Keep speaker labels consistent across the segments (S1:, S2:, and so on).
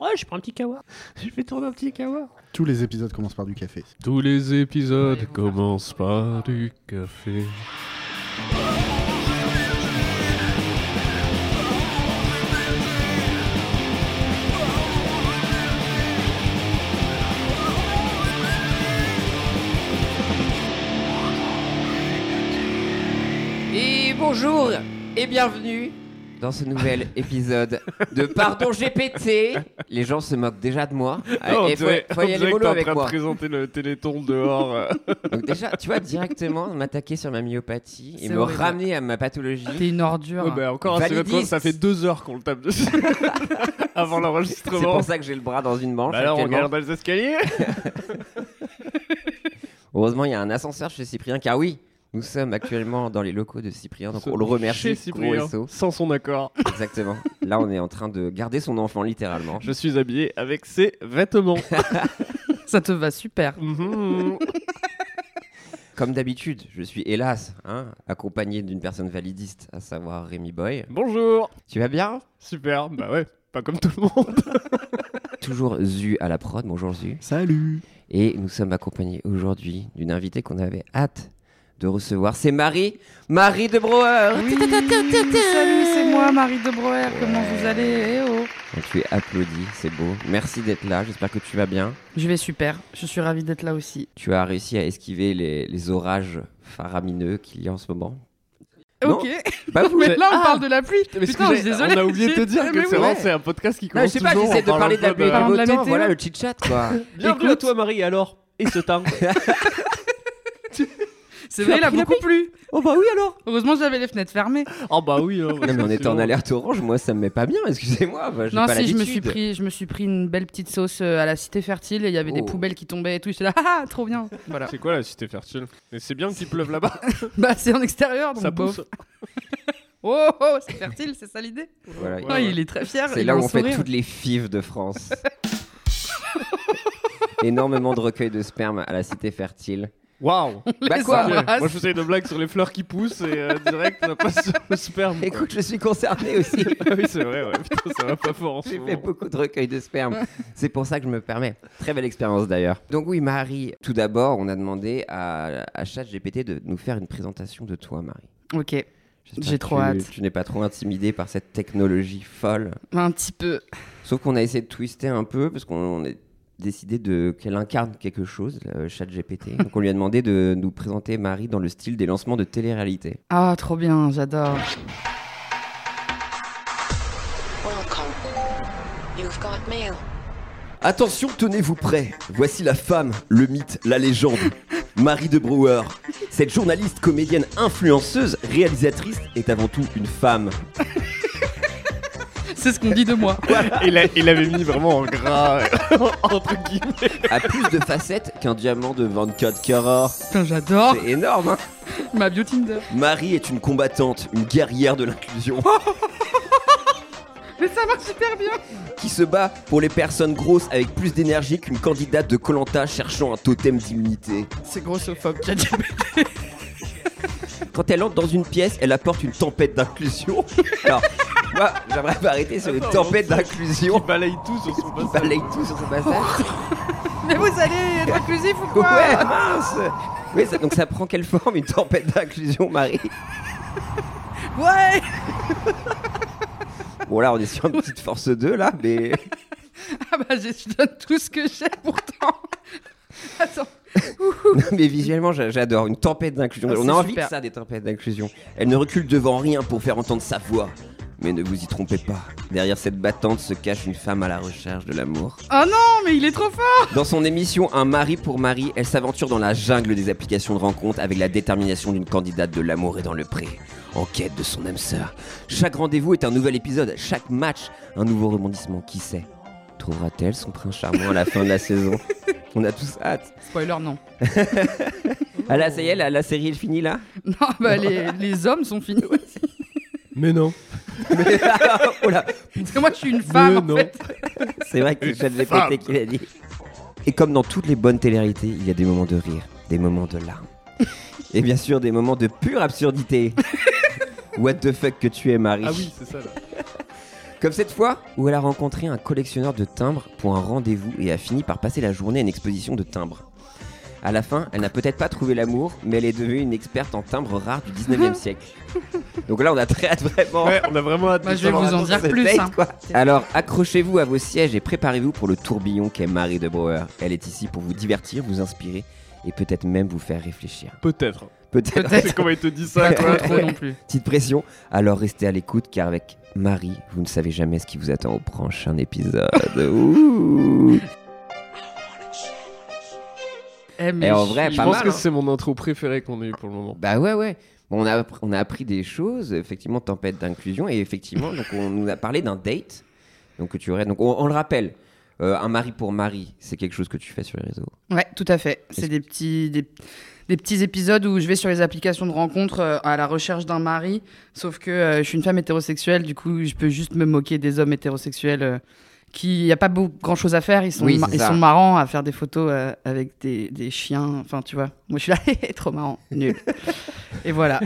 S1: Ouais, je prends un petit kawa. Je vais tourner un petit kawa.
S2: Tous les épisodes commencent par du café.
S3: Tous les épisodes commencent par du café.
S4: Et bonjour et bienvenue dans ce nouvel épisode de Pardon GPT. Les gens se moquent déjà de moi.
S3: Ah, on
S4: et faut,
S3: dirait-
S4: faut
S3: on
S4: y aller
S3: dirait que t'es
S4: mollo
S3: en
S4: avec
S3: train de
S4: moi.
S3: présenter le téléthon dehors. euh.
S4: Donc déjà, tu vois, directement m'attaquer sur ma myopathie et
S5: C'est
S4: me
S5: horrible.
S4: ramener à ma pathologie.
S5: T'es une ordure.
S3: Ouais, bah, encore un
S4: Validiste.
S3: stéréotype, ça fait deux heures qu'on le tape dessus. Avant
S4: C'est
S3: l'enregistrement.
S4: pour ça hein. que j'ai le bras dans une manche.
S3: Bah alors, on
S4: actuellement.
S3: galère dans les escaliers.
S4: Heureusement, il y a un ascenseur chez Cyprien, car oui, nous sommes actuellement dans les locaux de Cyprien, donc on le
S3: Chez
S4: remercie.
S3: Cyprien,
S4: gros SO.
S3: sans son accord.
S4: Exactement. Là, on est en train de garder son enfant, littéralement.
S3: Je suis habillé avec ses vêtements.
S5: Ça te va super.
S3: Mhm.
S4: Comme d'habitude, je suis hélas hein, accompagné d'une personne validiste, à savoir Rémi Boy.
S3: Bonjour.
S4: Tu vas bien
S3: Super. Bah ouais, pas comme tout le monde.
S4: Toujours Zu à la prod, bonjour Zu.
S2: Salut
S4: Et nous sommes accompagnés aujourd'hui d'une invitée qu'on avait hâte de recevoir. C'est Marie, Marie de Brouwer.
S5: Oui, Salut, c'est moi, Marie de Breuer. Comment
S4: Ouais.
S5: vous allez Eh oh.
S4: Donc, Tu es applaudie, c'est beau. Merci d'être là, j'espère que tu vas bien.
S5: Je vais super. Je suis ravie d'être là aussi.
S4: Tu as réussi à esquiver les, les orages faramineux qu'il y a en ce moment. Non.
S5: Ok.
S4: Bah vous,
S5: Mais là, on
S4: Ah
S5: parle de la pluie. Putain, je suis désolée.
S3: on a oublié de te
S5: J'ai-
S3: dire
S5: Mais
S3: que
S5: oui.
S3: c'est vraiment c'est un podcast qui
S4: Non,
S3: commence
S4: je sais pas,
S3: toujours en
S4: j'essaie de parler de la
S3: parlant bah.
S4: pluie et
S5: Parlant
S4: du
S5: de
S4: beau
S5: la
S4: temps,
S5: météo.
S4: voilà le chit-chat quoi.
S3: Bienvenue à
S5: Écoute.
S3: toi Marie, alors Et ce temps
S5: C'est vrai, il a beaucoup plu.
S4: oh bah oui alors
S5: Heureusement, j'avais les fenêtres fermées.
S3: Oh bah oui hein,
S4: Non mais on
S3: c'est
S4: était en
S3: bon.
S4: alerte orange, moi ça me met pas bien, excusez-moi, bah, j'ai
S5: Non,
S4: pas
S5: si, je me, suis
S4: l'habitude.
S5: pris, je me suis pris une belle petite sauce euh, à la cité fertile et il y avait des
S4: Oh.
S5: poubelles qui tombaient et tout. J'étais là, ah, ah, trop bien. Voilà.
S3: C'est quoi la cité fertile Mais c'est bien qu'il pleuve là-bas,
S5: Bah, c'est en extérieur, donc
S3: ça
S5: bof.
S3: pousse.
S5: Oh, oh, c'est fertile, c'est ça l'idée.
S4: Voilà.
S3: Ouais,
S5: Ah,
S3: ouais.
S5: Il est très fier.
S4: C'est
S5: il
S4: là
S5: a un
S4: où on fait
S5: sourire.
S4: toutes les fives de France. Énormément de recueils de sperme à la cité fertile.
S3: Waouh
S4: Bah
S5: Les
S4: quoi
S3: Ok,
S5: embrasse.
S3: Moi je faisais une blague sur les fleurs qui poussent et euh, direct on passe sur le sperme. quoi.
S4: Écoute, je suis concerné aussi.
S3: Ah oui c'est vrai, ouais. Putain, ça va pas fort en ce
S4: J'ai fait
S3: moment.
S4: beaucoup de recueils de sperme. C'est pour ça que je me permets. Très belle expérience d'ailleurs. Donc oui, Marie, tout d'abord, on a demandé à, à ChatGPT de nous faire une présentation de toi, Marie.
S5: Ok,
S4: J'espère
S5: J'ai
S4: que
S5: trop
S4: tu-
S5: hâte.
S4: Tu n'es pas trop intimidée par cette technologie folle.
S5: un petit peu.
S4: Sauf qu'on a essayé de twister un peu parce qu'on on a décidé de qu'elle incarne quelque chose, le chat GPT. Donc on lui a demandé de nous présenter Marie dans le style des lancements de télé-réalité.
S5: Ah, trop bien, j'adore.
S6: Welcome. You've got mail.
S7: Attention, tenez-vous prêts. Voici la femme, le mythe, la légende. Marie de Brouwer. Cette journaliste, comédienne, influenceuse, réalisatrice est avant tout une femme.
S5: C'est ce qu'on dit de moi.
S3: Il, a- il avait mis vraiment en gras euh, entre guillemets.
S4: A plus de facettes qu'un diamant de 24 carats.
S5: Putain, j'adore
S4: C'est énorme, hein
S5: ma bio Tinder.
S7: Marie est une combattante, une guerrière de l'inclusion,
S5: Mais ça marche super bien.
S7: qui se bat pour les personnes grosses avec plus d'énergie qu'une candidate de Colanta cherchant un totem d'immunité.
S5: C'est grossophobe. J'ai dit-
S7: Quand elle entre dans une pièce, elle apporte une tempête d'inclusion. Alors, moi, j'aimerais m'arrêter sur une
S3: Attends,
S7: tempête
S3: on-
S4: Oh.
S3: Oh,
S7: d'inclusion.
S3: Il balaye tout sur son
S7: qui
S3: passage.
S7: balaye tout sur son passage.
S5: Mais vous allez être inclusif ou quoi
S4: Ouais, mince Oui, ça- donc ça prend quelle forme une tempête d'inclusion, Marie
S5: Ouais
S4: Bon, là, on est sur une petite force 2, là, mais.
S5: Ah bah je je donne tout ce que j'ai pourtant. Attends.
S4: Non, mais visuellement, j'a- j'adore. Une tempête d'inclusion.
S5: Ah,
S4: on
S5: c'est
S4: a envie
S5: super.
S4: de ça, des tempêtes d'inclusion.
S7: Elle ne recule devant rien pour faire entendre sa voix. Mais ne vous y trompez pas, derrière cette battante se cache une femme à la recherche de l'amour.
S5: Oh non, mais il est trop fort.
S7: Dans son émission Un mari pour Marie, elle s'aventure dans la jungle des applications de rencontres avec la détermination d'une candidate de l'amour et dans le pré, en quête de son âme sœur. Chaque rendez-vous est un nouvel épisode, chaque match un nouveau rebondissement, qui sait Trouvera-t-elle son prince charmant à la fin de la saison
S4: On a tous hâte.
S5: Spoiler non.
S4: Ah là, ça y est, la, la série est finie, là
S5: Non, bah les, les hommes sont finis.
S3: Mais non.
S4: Mais- Oh là,
S5: Parce que moi je suis une femme
S3: Mais
S5: en
S3: non.
S5: fait.
S4: C'est vrai que
S3: Une
S4: c'est ChatGPT
S3: femme.
S4: qui l'a dit. Et comme dans toutes les bonnes télérités, il y a des moments de rire, des moments de larmes. Et bien sûr, des moments de pure absurdité. What the fuck que tu es, Marie.
S3: Ah oui, c'est ça là.
S4: Comme cette fois où elle a rencontré un collectionneur de timbres pour un rendez-vous et a fini par passer la journée à une exposition de timbres. À la fin, elle n'a peut-être pas trouvé l'amour, mais elle est devenue une experte en timbres rares du 19e siècle. Donc là, on a très hâte vraiment.
S3: Ouais, on a vraiment hâte.
S5: Bah,
S3: de
S5: je vais
S3: savoir.
S5: vous en dire plus. hein.
S4: Alors accrochez-vous à vos sièges et préparez-vous pour le tourbillon qu'est Marie de Brouwer. Elle est ici pour vous divertir, vous inspirer et peut-être même vous faire réfléchir.
S3: Peut-être.
S4: Peut-être
S5: Peut-être.
S3: C'est comment il te dit
S5: Pas
S3: ça,
S5: trop,
S3: quoi.
S5: trop non plus.
S4: petite pression. Alors restez à l'écoute car avec Marie, vous ne savez jamais ce qui vous attend au prochain épisode. Ouh.
S5: Eh, mais
S4: Et en
S5: je-
S4: vrai,
S5: je
S3: Je
S4: pas
S5: pense
S3: pense
S4: mal,
S3: que
S4: hein.
S3: c'est mon intro préféré qu'on ait eu pour le moment.
S4: Bah ouais ouais. Bon, on, a, appr- on a appris des choses, effectivement, tempête d'inclusion, et effectivement, donc on nous a parlé d'un date. Donc, que tu aurais, donc on, on le rappelle, euh, un mari pour mari, c'est quelque chose que tu fais sur les réseaux.
S5: Ouais, tout à fait. C'est des petits, des, des petits épisodes où je vais sur les applications de rencontres euh, à la recherche d'un mari, sauf que euh, je suis une femme hétérosexuelle, du coup, je peux juste me moquer des hommes hétérosexuels euh, qui, il n'y a pas beaucoup, grand chose à faire, ils sont,
S4: Oui,
S5: ma-
S4: c'est
S5: ils
S4: ça.
S5: sont marrants à faire des photos euh, avec des, des chiens, enfin, tu vois. Moi, je suis là, hé, hé, trop marrant, nul. Et voilà,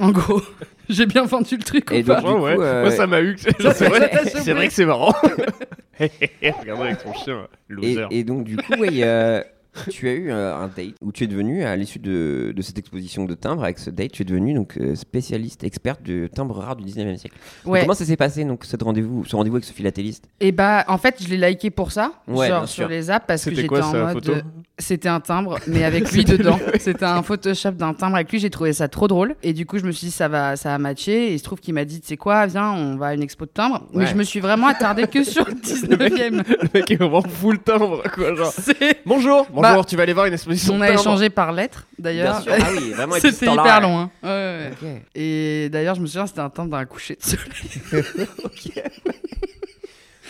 S5: en gros, j'ai bien vendu le truc.
S4: Et
S5: ou pas
S4: donc, Du
S3: Ouais, ouais.
S4: coup, euh,
S3: Bah, Moi, ça m'a eu. C'est
S5: Ça, ça
S3: vrai,
S5: t'a
S3: c'est
S5: chauffé.
S3: vrai que c'est marrant. Regardez avec ton chien,
S4: Et,
S3: loser.
S4: et donc, du coup, ouais, il y a- tu as eu euh, un date où tu es devenu, à l'issue de, de cette exposition de timbres, avec ce date, tu es devenu donc, euh, spécialiste, experte de timbres rares du 19e siècle. Donc,
S5: Ouais.
S4: Comment ça s'est passé, donc, cette rendez-vous, ce rendez-vous avec ce philatéliste
S5: Et bah, en fait, je l'ai liké pour ça,
S4: Ouais, bien
S5: sur,
S4: sûr.
S5: sur les apps, parce que
S3: C'était
S5: j'étais
S3: quoi
S5: en
S3: sa
S5: mode.
S3: photo
S5: euh, C'était un timbre, mais avec lui dedans. C'était un Photoshop d'un timbre avec lui. J'ai trouvé ça trop drôle. Et du coup, je me suis dit, ça va, ça a matché. Et il se trouve qu'il m'a dit, tu sais quoi, viens, on va à une expo de timbre. Mais
S4: Ouais.
S5: je me suis vraiment attardée que sur le 19e.
S3: Le mec est vraiment full timbre, quoi. Genre.
S5: C'est-
S3: Bonjour, bonjour,
S5: Bah,
S3: tu vas aller voir une exposition
S5: On
S3: de
S5: a
S3: timbres.
S5: échangé par lettres, d'ailleurs.
S4: Ah oui, vraiment, et puis, ce
S5: C'était
S4: temps-là,
S5: hyper
S4: ouais.
S5: long. hein. Ouais, ouais, ouais.
S4: Ok.
S5: Et d'ailleurs, je me souviens, c'était un timbre d'un coucher de soleil.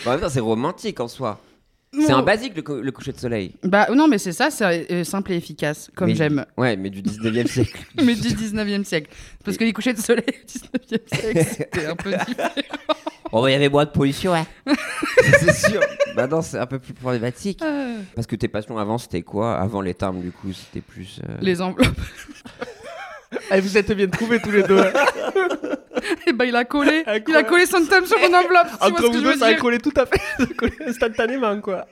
S4: Bon, en même temps, c'est romantique en soi. C'est un basique, le, cou- le coucher de soleil.
S5: Bah non, mais c'est ça, c'est euh, simple et efficace, comme
S4: Mais-
S5: j'aime.
S4: Ouais, mais du 19e siècle.
S5: Mais du 19e siècle. Parce que les couchers de soleil au 19e siècle, c'était un peu différent.
S4: Oh, bah, il y avait moins de pollution, ouais. c'est sûr. Maintenant, c'est un peu plus problématique.
S5: Euh,
S4: Parce que tes passions avant, c'était quoi Avant les timbres, du coup, c'était plus. euh,
S5: Les enveloppes.
S3: Eh, vous êtes bien trouvés tous les deux.
S5: Et bah, il a collé. Il a collé son thème sur mon enveloppe. Tu vois ce
S3: Entre
S5: que
S3: vous
S5: je veux
S3: deux, ça a
S5: dire
S3: collé tout à fait. Ça a collé instantanément, quoi.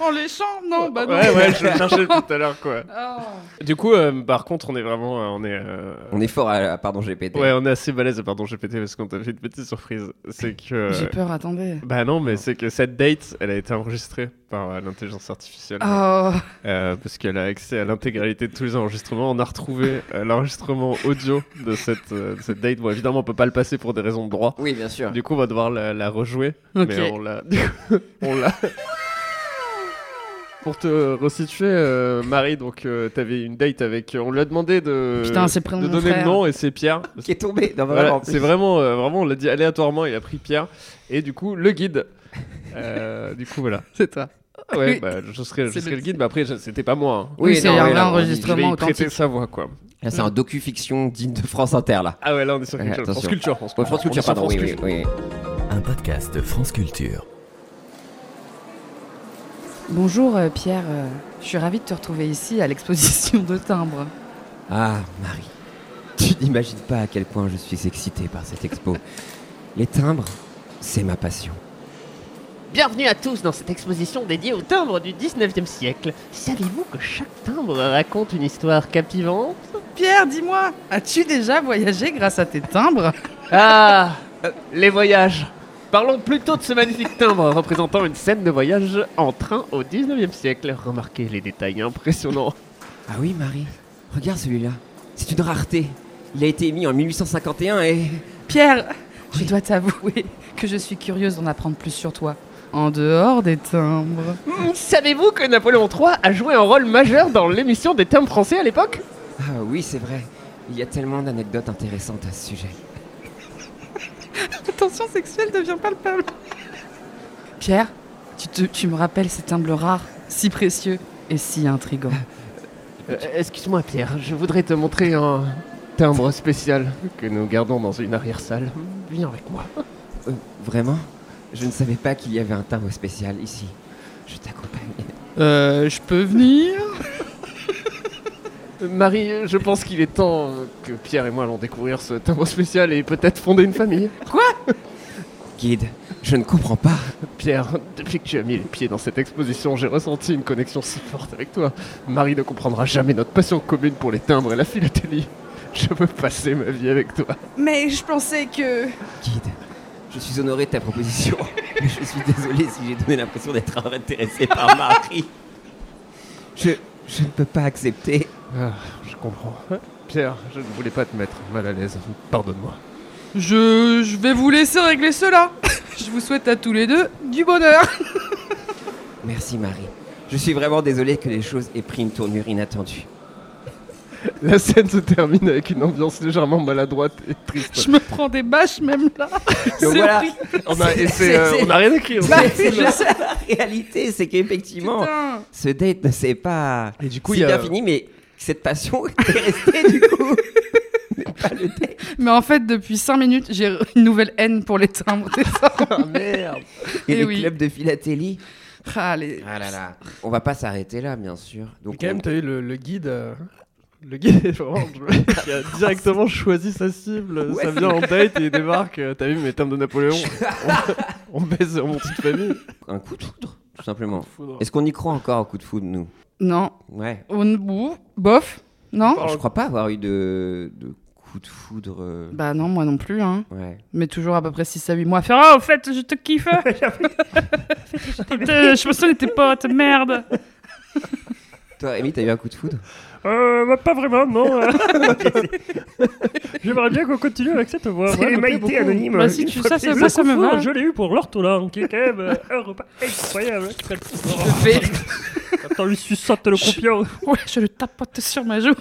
S5: En léchant Non, bah non.
S3: Ouais, ouais, je le cherchais tout à l'heure, quoi.
S5: Ah.
S3: Du coup, euh, par contre, on est vraiment. euh, on est. euh,
S4: On est fort à, à- pardon GPT.
S3: Ouais, on est assez balèze. Pardon, j'ai pété parce qu'on t'a fait une petite surprise. C'est que.
S5: J'ai peur, attendez.
S3: Bah non, mais c'est que cette date, elle a été enregistrée par euh, l'intelligence artificielle.
S5: Oh,
S3: Euh, parce qu'elle a accès à l'intégralité de tous les enregistrements. On a retrouvé euh, l'enregistrement audio de cette, euh, de cette date. Bon, évidemment, on peut pas le passer pour des raisons de droit.
S4: Oui, bien sûr.
S3: Du coup, on va devoir la, la rejouer.
S5: Ok.
S3: Mais on l'a. on l'a. Pour te restituer, euh, Marie, donc euh, t'avais une date avec. euh, On lui a demandé de,
S5: Putain, c'est le prénom
S3: de
S5: de mon
S3: donner
S5: frère.
S3: le nom et c'est Pierre.
S4: Qui est tombé. Non,
S3: Voilà,
S4: vraiment, en plus.
S3: c'est vraiment, euh, vraiment, on l'a dit aléatoirement. Il a pris Pierre et du coup le guide. Euh, du coup, voilà.
S5: c'est toi.
S3: Ah Ouais,
S5: Oui.
S3: bah, je serais, je
S5: C'est
S3: serais
S5: le-
S3: le guide, mais après, je- c'était pas moi. hein.
S5: Oui, c'est
S4: non,
S5: un
S4: Ah ouais, là, on-
S3: Je vais
S5: enregistrement
S3: y prêter
S5: authentique.
S3: sa voix, quoi.
S4: Là, c'est un docu-fiction digne de France Inter, là.
S3: Ah ouais, là, on est sur
S4: Ouais,
S3: quelque chose.
S4: Eh, attention.
S3: France Culture, France
S4: Ouais, France
S3: On est
S4: Culture,
S3: sur
S4: pardon.
S3: France
S4: Oui, oui,
S3: Culture.
S4: oui.
S8: Un podcast de France Culture.
S5: Bonjour euh, Pierre, euh, je suis ravie de te retrouver ici à l'exposition de timbres.
S4: Ah, Marie, tu n'imagines pas à quel point je suis excité par cette expo. Les timbres, c'est ma passion.
S9: Bienvenue à tous dans cette exposition dédiée aux timbres du 19e siècle. Savez-vous que chaque timbre raconte une histoire captivante
S5: Pierre, dis-moi, as-tu déjà voyagé grâce à tes timbres
S9: Ah Les voyages Parlons plutôt de ce magnifique timbre représentant une scène de voyage en train au 19e siècle. Remarquez les détails impressionnants.
S4: Ah oui, Marie, regarde celui-là. C'est une rareté. Il a été émis en 1851 et...
S5: Pierre, je dois t'avouer que je suis curieuse d'en apprendre plus sur toi. En dehors des timbres.
S9: Hmm, Savez-vous que Napoléon III a joué un rôle majeur dans l'émission des timbres français à l'époque
S4: Ah oui, c'est vrai. Il y a tellement d'anecdotes intéressantes à ce sujet.
S5: Attention sexuelle devient palpable. Pierre, tu, te- tu me rappelles ces timbres rares, si précieux et si intrigants.
S9: Euh, Excuse-moi Pierre, je voudrais te montrer un timbre spécial que nous gardons dans une arrière-salle. Viens avec moi.
S4: Euh, vraiment Je ne savais pas qu'il y avait un timbre spécial ici. Je t'accompagne.
S5: Euh, je peux venir
S9: Marie, je pense qu'il est temps que Pierre et moi allons découvrir ce timbre spécial et peut-être fonder une famille.
S4: liquide. Je ne comprends pas.
S3: Pierre, depuis que tu as mis les pieds dans cette exposition, j'ai ressenti une connexion si forte avec toi. Marie ne comprendra jamais notre passion commune pour les timbres et la philatélie. Je veux passer ma vie avec toi.
S10: Mais je pensais que.
S4: Kid, je suis honoré de ta proposition. mais je suis désolé si j'ai donné l'impression d'être intéressé par Marie. Je, je ne peux pas accepter.
S3: Ah, je comprends. Pierre, je ne voulais pas te mettre mal à l'aise. Pardonne-moi.
S5: Je, je vais vous laisser régler cela. je vous souhaite à tous les deux du bonheur.
S4: Merci Marie. Je suis vraiment désolé que les choses aient pris une tournure inattendue.
S3: La scène se termine avec une ambiance légèrement maladroite et triste.
S5: Je me prends des bâches même là.
S4: Donc
S5: C'est
S4: voilà,
S5: horrible.
S3: On a, et c'est,
S4: c'est-
S3: euh,
S4: c'est-
S3: on a rien écrit. on
S4: Bah,
S3: a-
S4: c'est la réalité, c'est qu'effectivement,
S5: Putain.
S4: ce date ne s'est pas
S3: Et du coup,
S4: si
S3: il y a-
S4: bien fini, mais cette passion est restée du coup. Mais pas le date.
S5: Mais en fait, depuis 5 minutes, j'ai une nouvelle haine pour les timbres. désormais.
S3: Ah, merde.
S4: Et,
S5: Eh
S4: les
S5: oui.
S4: clubs de philatélie.
S5: ah, les-
S4: Ah là là. On va pas s'arrêter là, bien sûr. Donc,
S3: Mais quand
S4: on-
S3: même, t'as eu le, le guide. euh, Le guide est vraiment- je- qui a directement choisi sa cible.
S4: Ouais.
S3: Ça vient en date et il débarque. euh, T'as vu mes termes de Napoléon On, on baise mon petite famille.
S4: un coup de foudre, tout simplement.
S3: Foudre.
S4: Est-ce qu'on y croit encore au coup de foudre, nous
S5: Non,
S4: Ouais.
S5: on bout, bof, non
S3: Parle-
S4: Je crois pas avoir eu de, de coup de foudre. euh,
S5: Bah non, moi non plus, hein.
S4: Ouais.
S5: Mais toujours à peu près 6 à 8 mois. Faire, ah, au fait, je te kiffe Putain, Je me souviens de tes potes, merde
S4: Toi, Amy, t'as eu un coup de foudre
S1: Euh, bah, pas vraiment, non. euh. J'aimerais bien qu'on continue avec cette voix.
S11: C'est
S1: ouais, me plaît
S11: MIT
S1: beaucoup.
S11: anonyme.
S1: Bah, si
S5: Une
S1: tu
S5: fois
S1: ça,
S5: plus.
S1: ça,
S5: Le
S1: ça, ça me
S5: confort,
S1: va.
S5: je
S1: Je l'ai eu pour l'ortolan, qui est quand même euh, un repas incroyable.
S5: fais-
S1: Attends, lui suçote le croupion.
S5: Ouais, je le tapote sur ma joue.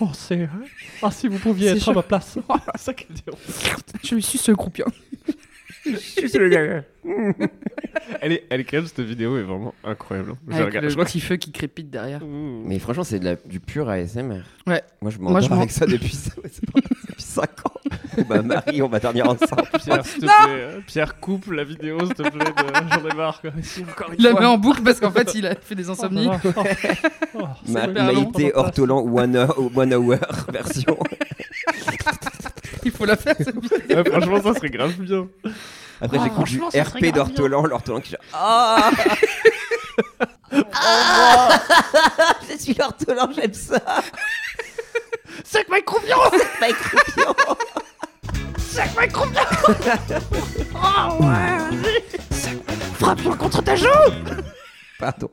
S1: Oh, c'est. Ah, si vous pouviez
S5: C'est
S1: être à
S5: chaud.
S1: ma place.
S3: C'est ça qu'elle dit.
S5: Je lui suis hein. ce croupion.
S3: Elle est, elle est quand même, cette vidéo est vraiment incroyable. hein. Je
S5: Avec
S3: regarde.
S5: le
S3: Je crois que-
S5: petit feu qui crépite derrière.
S4: Mais franchement, c'est de la- du pur ASMR.
S5: Ouais.
S4: Moi, je
S5: Moi, je
S4: m'endors
S5: m'en-
S4: avec ça depuis, ça- depuis 5 ans. bah, Marie, on va dormir ensemble.
S5: Oh,
S3: Pierre, s'il te plaît. euh, Pierre, coupe la vidéo, s'il te plaît. de- J'en ai marre. quoi.
S5: Il la met en boucle parce qu'en fait, il a fait des insomnies.
S1: Oh, bah, oh, oh, c'est
S4: Ma,
S1: bien long,
S4: Maïté
S1: on en passe.
S4: Ortolan one hour, one hour version.
S5: Il faut la faire, cette vidéo.
S3: Ouais, franchement, ça serait grave bien.
S4: Après,
S5: Ah,
S4: j'écoute du
S5: franchement, ça serait
S4: RP
S5: grave
S4: d'Ortolan, l'Ortolan qui genre Ah
S5: Oh,
S4: Ah Je suis l'Ortolan, j'aime ça
S5: Sac ma croupion
S4: Pas écroupion
S5: Sac ma croupion Oh ouais Frappe-moi contre ta joue
S4: Pardon.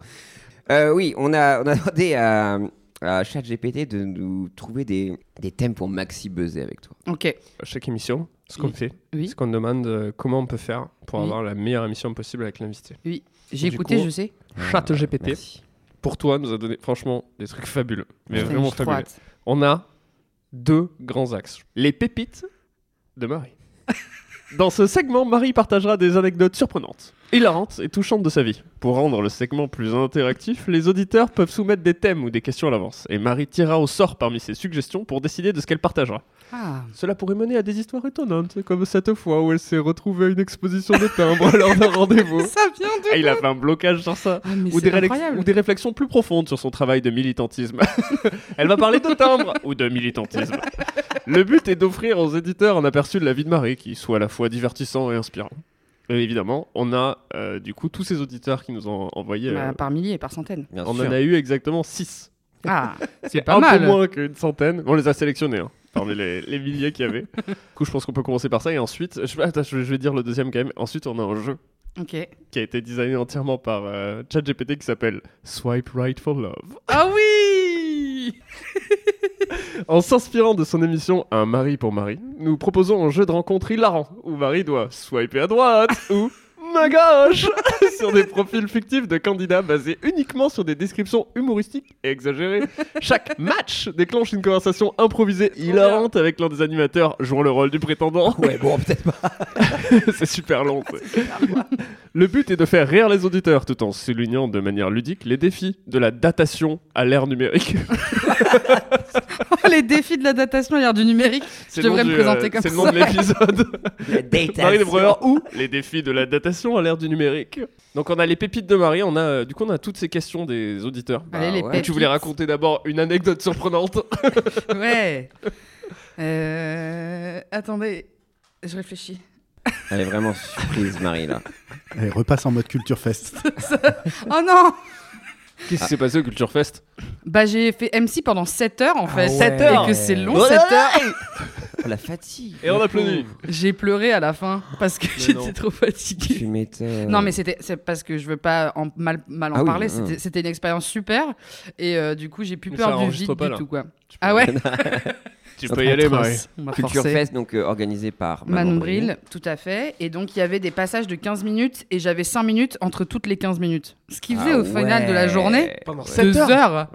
S4: Euh, oui, on a, on a demandé à, à ChatGPT de nous trouver des, des thèmes pour maxi buzzer avec toi.
S5: Ok,
S3: À chaque émission, ce qu'on
S5: Oui.
S3: fait,
S5: Oui.
S3: ce qu'on demande euh, comment on peut faire pour
S5: Oui.
S3: avoir la meilleure émission possible avec l'invité.
S5: j'ai
S3: Du
S5: écouté,
S3: coup,
S5: je sais.
S3: Chat GPT,
S4: Merci.
S3: pour toi, nous a donné franchement des trucs fabuleux. Mais
S5: Putain,
S3: vraiment
S5: j'ai trop
S3: fabuleux.
S5: hâte.
S3: On a deux grands axes. Les pépites de Marie. Dans ce segment, Marie partagera des anecdotes surprenantes, hilarantes et touchantes de sa vie. Pour rendre le segment plus interactif, les auditeurs peuvent soumettre des thèmes ou des questions à l'avance. Et Marie tirera au sort parmi ses suggestions pour décider de ce qu'elle partagera.
S5: Ah,
S3: Cela pourrait mener à des histoires étonnantes, comme cette fois où elle s'est retrouvée à une exposition de timbres lors d'un rendez-vous.
S5: ça vient de...
S3: Et Ah, il a fait un blocage sur ça.
S5: Ah, mais
S3: Ou des,
S5: c'est
S3: rélex-
S5: incroyable
S3: ou des réflexions plus profondes sur son travail de militantisme. elle va parler de timbres ou de militantisme. Le but est d'offrir aux éditeurs un aperçu de la vie de Marie qui soit à la fois divertissant et inspirant. Et évidemment, on a euh, du coup tous ces auditeurs qui nous ont envoyé. euh,
S5: Bah, par milliers et par centaines.
S4: Bien
S3: on
S4: sûr.
S3: en a eu exactement 6.
S5: Ah,
S3: C'est
S5: pas
S3: un
S5: mal.
S3: peu moins qu'une centaine. On les a sélectionnés hein, parmi les, les milliers qu'il y avait. Du coup, je pense qu'on peut commencer par ça. Et ensuite, je, attends, je, je vais dire le deuxième quand même. Ensuite, on a un jeu
S5: ok.
S3: qui a été designé entièrement par euh, ChatGPT qui s'appelle Swipe Right for Love.
S5: Ah oui
S3: En s'inspirant de son émission Un mari pour Marie, nous proposons un jeu de rencontre hilarant où Marie doit swiper à droite ou ma gauche sur des profils fictifs de candidats basés uniquement sur des descriptions humoristiques et exagérées. Chaque match déclenche une conversation improvisée hilarante avec l'un des animateurs jouant le rôle du prétendant.
S4: Ouais, bon, peut-être pas.
S3: C'est super long. ça. Le but est de faire rire les auditeurs tout en soulignant de manière ludique les défis de la datation à l'ère numérique.
S5: Les défis de la datation à l'ère du numérique.
S3: C'est
S5: Je devrais
S3: le nom
S5: me
S3: du, euh,
S5: présenter comme
S3: C'est le nom de l'épisode.
S4: La date.
S3: Marie de Breuer ou les défis de la datation à l'ère du numérique. Donc on a les pépites de Marie, on a euh, du coup on a toutes ces questions des auditeurs.
S4: Bah
S5: Allez, les
S4: ouais.
S5: pépites.
S3: Tu voulais raconter d'abord une anecdote surprenante.
S5: Ouais. Euh, Attendez, je réfléchis.
S4: Elle est vraiment surprise, Marie, là.
S5: Ah
S2: Allez, repasse en mode culture fest.
S5: Oh non
S3: Qu'est-ce qui s'est passé au Culture Fest
S5: Bah j'ai fait MC pendant 7
S4: Ah
S5: heures en
S7: ouais.
S5: fait.
S7: 7 heures
S5: Et que c'est long
S7: Oh là
S5: 7 heures.
S4: Oh, la fatigue.
S3: Et on applaudit.
S5: J'ai pleuré à la fin parce que j'étais
S3: non.
S5: trop
S4: Tu
S5: fatiguée.
S4: m'étais.
S5: Non mais c'était c'est parce que je veux pas en, mal, mal en
S4: Ah oui,
S5: parler,
S4: hein.
S5: c'était- c'était une expérience super et euh, du coup j'ai plus
S3: Mais ça
S5: peur du
S3: enregistre
S5: vide
S3: pas,
S5: du
S3: là.
S5: tout quoi. Ah ouais
S3: Tu peux y aller, Marie.
S5: On m'a
S4: Culture
S5: forcé.
S4: Fest, donc euh, organisé par
S5: Manon
S4: Bril.
S5: Bril, tout à fait. Et donc, il y avait des passages de 15 minutes et j'avais 5 minutes entre toutes les 15 minutes. Ce qui faisait
S4: Ah
S5: au final de la
S4: ouais.
S5: journée
S4: Ouais.
S5: 2 heures.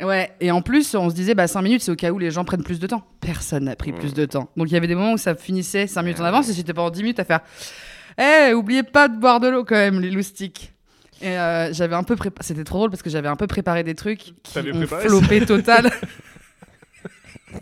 S4: Ouais.
S5: Ouais, et en plus, on se disait, bah 5 minutes, c'est au cas où les gens prennent plus de temps. Personne n'a pris
S3: Mm.
S5: plus de temps. Donc il y avait des moments où ça finissait 5
S3: Eh
S5: minutes en avance et j'étais pendant 10 minutes à faire Eh, oubliez pas de boire de l'eau quand même, les loustiques. Et euh, j'avais un peu préparé. C'était trop drôle parce que j'avais un peu préparé des trucs qui
S3: T'avais
S5: ont
S3: préparé ça
S5: flopé total.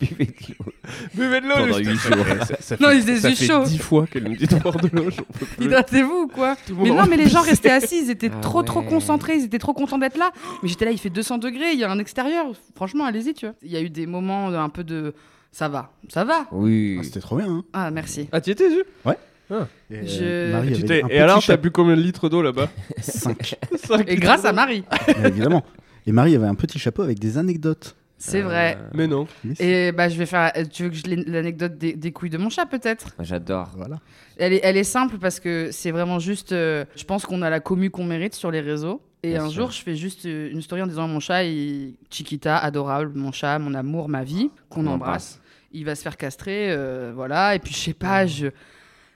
S4: Buvez de l'eau.
S3: Buvez de l'eau,
S4: Pendant
S3: juste.
S4: huit jours.
S3: Ça, ça
S5: Non,
S3: fait-
S5: il faisait
S3: ça
S5: juste
S3: fait
S5: chaud.
S3: dix fois qu'elle nous dit de boire de l'eau, j'en peux plus.
S5: Hydratez-vous ou quoi
S3: Tout le
S5: Mais
S3: monde
S5: non,
S3: en
S5: mais les gens
S3: pissait.
S5: restaient assis, ils étaient
S4: Ah
S5: trop trop
S4: ouais.
S5: concentrés, ils étaient trop contents d'être là. Mais j'étais là, il fait 200 degrés, il y a un extérieur. Franchement, allez-y, tu vois. Il y a eu des moments un peu de ça va, ça va.
S4: Oui.
S2: Ah, C'était trop bien. Hein.
S5: Ah merci.
S3: Ah, tu étais, Zu
S2: Et, euh,
S5: Je-
S2: Marie
S3: Tu
S2: avait
S3: t'es-
S2: un
S3: Et alors,
S2: petit
S3: t'as
S2: chapeau.
S3: bu combien de litres d'eau là-bas
S2: Cinq.
S3: Cinq
S5: Et
S3: litres
S5: grâce
S3: d'eau.
S5: à Marie,
S2: Mais évidemment. Et Marie avait un petit chapeau avec des anecdotes.
S5: c'est vrai.
S3: Mais non.
S2: Mais c'est-
S5: Et bah je vais faire. Tu veux que je l'ai- l'anecdote des, des couilles de mon chat peut-être
S4: Ah, J'adore.
S2: Voilà.
S5: Elle est elle est simple parce que c'est vraiment juste. euh, je pense qu'on a la commu qu'on mérite sur les réseaux. Et
S4: Bien
S5: un
S4: sûr.
S5: jour, je fais juste euh, une story en disant mon chat, il... Chiquita, adorable, mon chat, mon amour, ma vie, qu'on embrasse. il va se faire castrer, euh, voilà. Et puis je sais pas, je,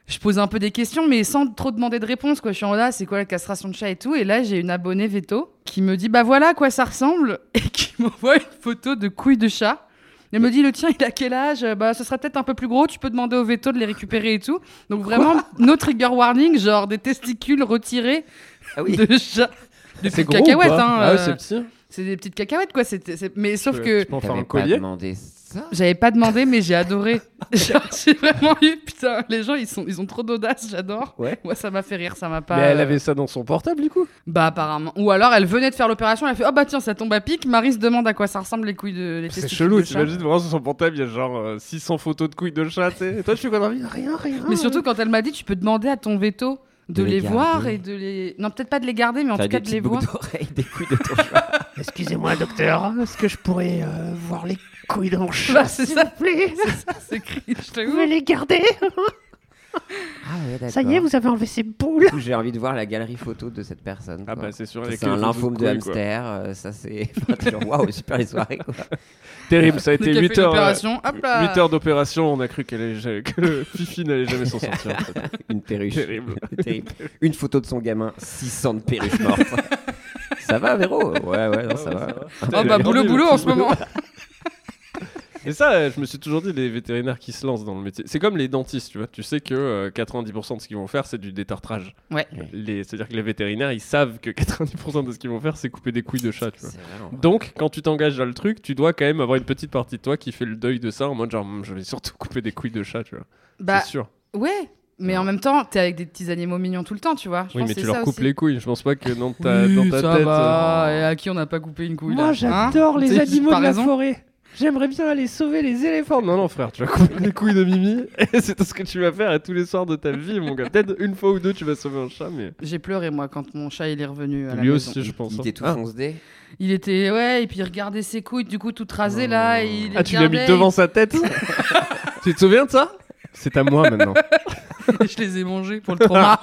S5: je pose un peu des questions, mais sans trop demander de réponse. Quoi. Je suis en là, c'est quoi la castration de chat et tout. Et là, j'ai une abonnée veto qui me dit, bah voilà à quoi ça ressemble, et qui m'envoie une photo de couilles de chat. Elle me dit, le tien, il a quel âge Bah, ce sera peut-être un peu plus gros, tu peux demander au veto de les récupérer et tout. Donc, vraiment, no trigger warning, genre des testicules retirés
S4: Ah oui.
S5: de chat. Des
S3: C'est
S5: petites
S3: gros. ou
S5: cacahuètes,
S3: pas
S5: hein,
S3: Ah, ouais,
S5: euh,
S3: c'est petit.
S5: c'est des petites cacahuètes, quoi. c'était- c'est- Mais sauf
S3: Tu
S5: que. Bah,
S3: peux- Tu peux en faire
S4: T'avais
S3: un
S4: pas
S3: collier.
S4: demandé ça.
S5: J'avais pas demandé, mais j'ai adoré. Genre, j'ai vraiment eu. Putain, les gens, ils, sont, ils ont trop d'audace, j'adore.
S3: Ouais.
S5: Moi, ça m'a fait rire, ça m'a pas.
S3: Mais elle
S5: euh,
S3: avait ça dans son portable, du coup.
S5: Bah, apparemment. Ou alors, elle venait de faire l'opération, elle a fait Oh bah tiens, ça tombe à pic. Marie se demande à quoi ça ressemble les couilles de. les
S3: C'est
S5: testicules
S3: chelou,
S5: de chat.
S3: t'imagines vraiment sur son portable, il y a genre euh, 600 photos de couilles de chat, tu sais. Et toi, tu fais quoi dans la vie Rien, rien.
S5: Mais surtout, quand elle m'a dit Tu peux demander à ton veto de,
S4: De les
S5: les,
S4: garder.
S5: voir et de les. Non, peut-être pas de les garder, mais en
S4: T'as
S5: tout
S4: des
S5: cas de les
S4: petites
S5: voir.
S4: boucles d'oreilles, des couilles de ton chat.
S1: Excusez-moi, docteur, est-ce que je pourrais euh, voir les couilles de mon
S5: Bah,
S1: chat,
S5: c'est
S1: s'il
S5: ça.
S1: vous plaît
S5: C'est cringe, je
S1: Vous
S5: t'avoue.
S1: pouvez les garder
S4: Ah ouais, d'accord.
S1: Ça y est, vous avez enlevé ces boules
S4: Du coup, J'ai envie de voir la galerie photo de cette personne.
S3: Ah
S4: quoi.
S3: bah c'est sûr,
S4: Ça,
S3: avec
S4: c'est un
S3: les photos
S4: lymphome de
S3: couilles, quoi.
S4: hamster, euh, ça c'est. Enfin, t'es genre, Waouh, super les soirées quoi.
S3: Terrible, ça a
S5: Dès
S3: été
S5: qu'elle
S3: 8
S5: fait
S3: heures. euh,
S5: l'opération, hop là
S3: 8 heures d'opération, on a cru qu'elle allait jamais- que Fifi n'allait jamais s'en sortir. en fait.
S4: Une perruche.
S3: Terrible.
S4: Terrible. Une photo de son gamin, 600 de perruches mortes. ça va, Véro Ouais, ouais, non, ça va.
S5: Oh bah, boulot, boulot en ce moment
S3: Et ça, euh, je me suis toujours dit, les vétérinaires qui se lancent dans le métier, c'est comme les dentistes, tu vois. Tu sais que euh, 90% de ce qu'ils vont faire, c'est du détartrage.
S5: Ouais.
S3: Les- C'est-à-dire que les vétérinaires, ils savent que 90% de ce qu'ils vont faire, c'est couper des couilles de chat, tu vois.
S4: C'est vraiment-
S3: Donc, quand tu t'engages dans le truc, tu dois quand même avoir une petite partie de toi qui fait le deuil de ça en mode genre, Hum, je vais surtout couper des couilles de chat, tu vois.
S5: Bah,
S3: c'est sûr.
S5: ouais. Mais en même temps, t'es avec des petits animaux mignons tout le temps, tu vois. Je
S3: Oui,
S5: pense
S3: mais
S5: que
S3: tu
S5: c'est
S3: leur
S5: ça
S3: coupes
S5: aussi.
S3: les couilles. Je pense pas que dans ta, dans ta
S5: ça
S3: tête.
S5: va.
S3: euh,
S5: Et à qui on n'a pas coupé une couille
S1: Moi
S5: là
S1: j'adore
S5: Hein
S1: les
S5: T'as
S1: animaux
S5: pas
S1: de la
S5: raison
S1: forêt J'aimerais bien aller sauver les éléphants
S3: Non, non, frère, tu vas couper les couilles de Mimi et c'est tout ce que tu vas faire à tous les soirs de ta vie, mon gars. Peut-être une fois ou deux, tu vas sauver un chat, mais.
S5: J'ai pleuré moi quand mon chat il est revenu à la
S3: Lui
S5: maison.
S3: aussi, je pense.
S4: Il
S3: hein.
S4: était tout
S3: Ah.
S4: foncedé.
S5: Il était ouais et puis il regardait ses couilles du coup toutes rasées là. et il les
S3: Ah, tu l'as mis
S5: regardait,
S3: devant sa tête Tu te souviens de ça C'est à moi maintenant.
S5: et Je les ai mangés pour le trauma.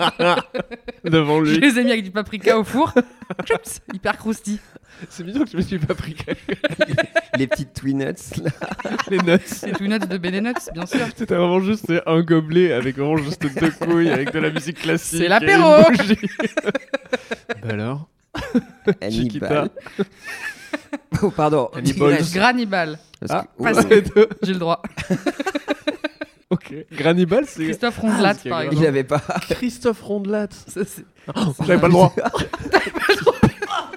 S3: Devant
S5: je
S3: lui.
S5: les ai mis avec du paprika au four. Choups, Hyper croustille.
S3: C'est mignon que je me suis pas pris
S4: Les petites Twinuts, là.
S3: les notes.
S5: C'est tout nuts de Belenuts bien sûr.
S3: C'était vraiment juste un gobelet avec vraiment juste deux couilles, avec de la musique classique.
S5: C'est
S3: et
S5: l'apéro.
S3: une bougie. Bah alors
S4: Hannibal. Oh, pardon.
S3: Hannibal.
S4: Twinuts.
S5: Granibal.
S4: Parce que-
S5: Ah,
S4: Oh,
S5: passé. J'ai le droit.
S3: Ok. Granibal, Ah, c'est.
S5: Christophe Rondelat
S3: parce qu'il y a
S5: par
S3: grave.
S4: Il
S5: exemple.
S4: avait pas.
S3: Christophe Rondelat.
S5: Ça, c'est-
S12: Oh,
S3: J'avais pas le droit.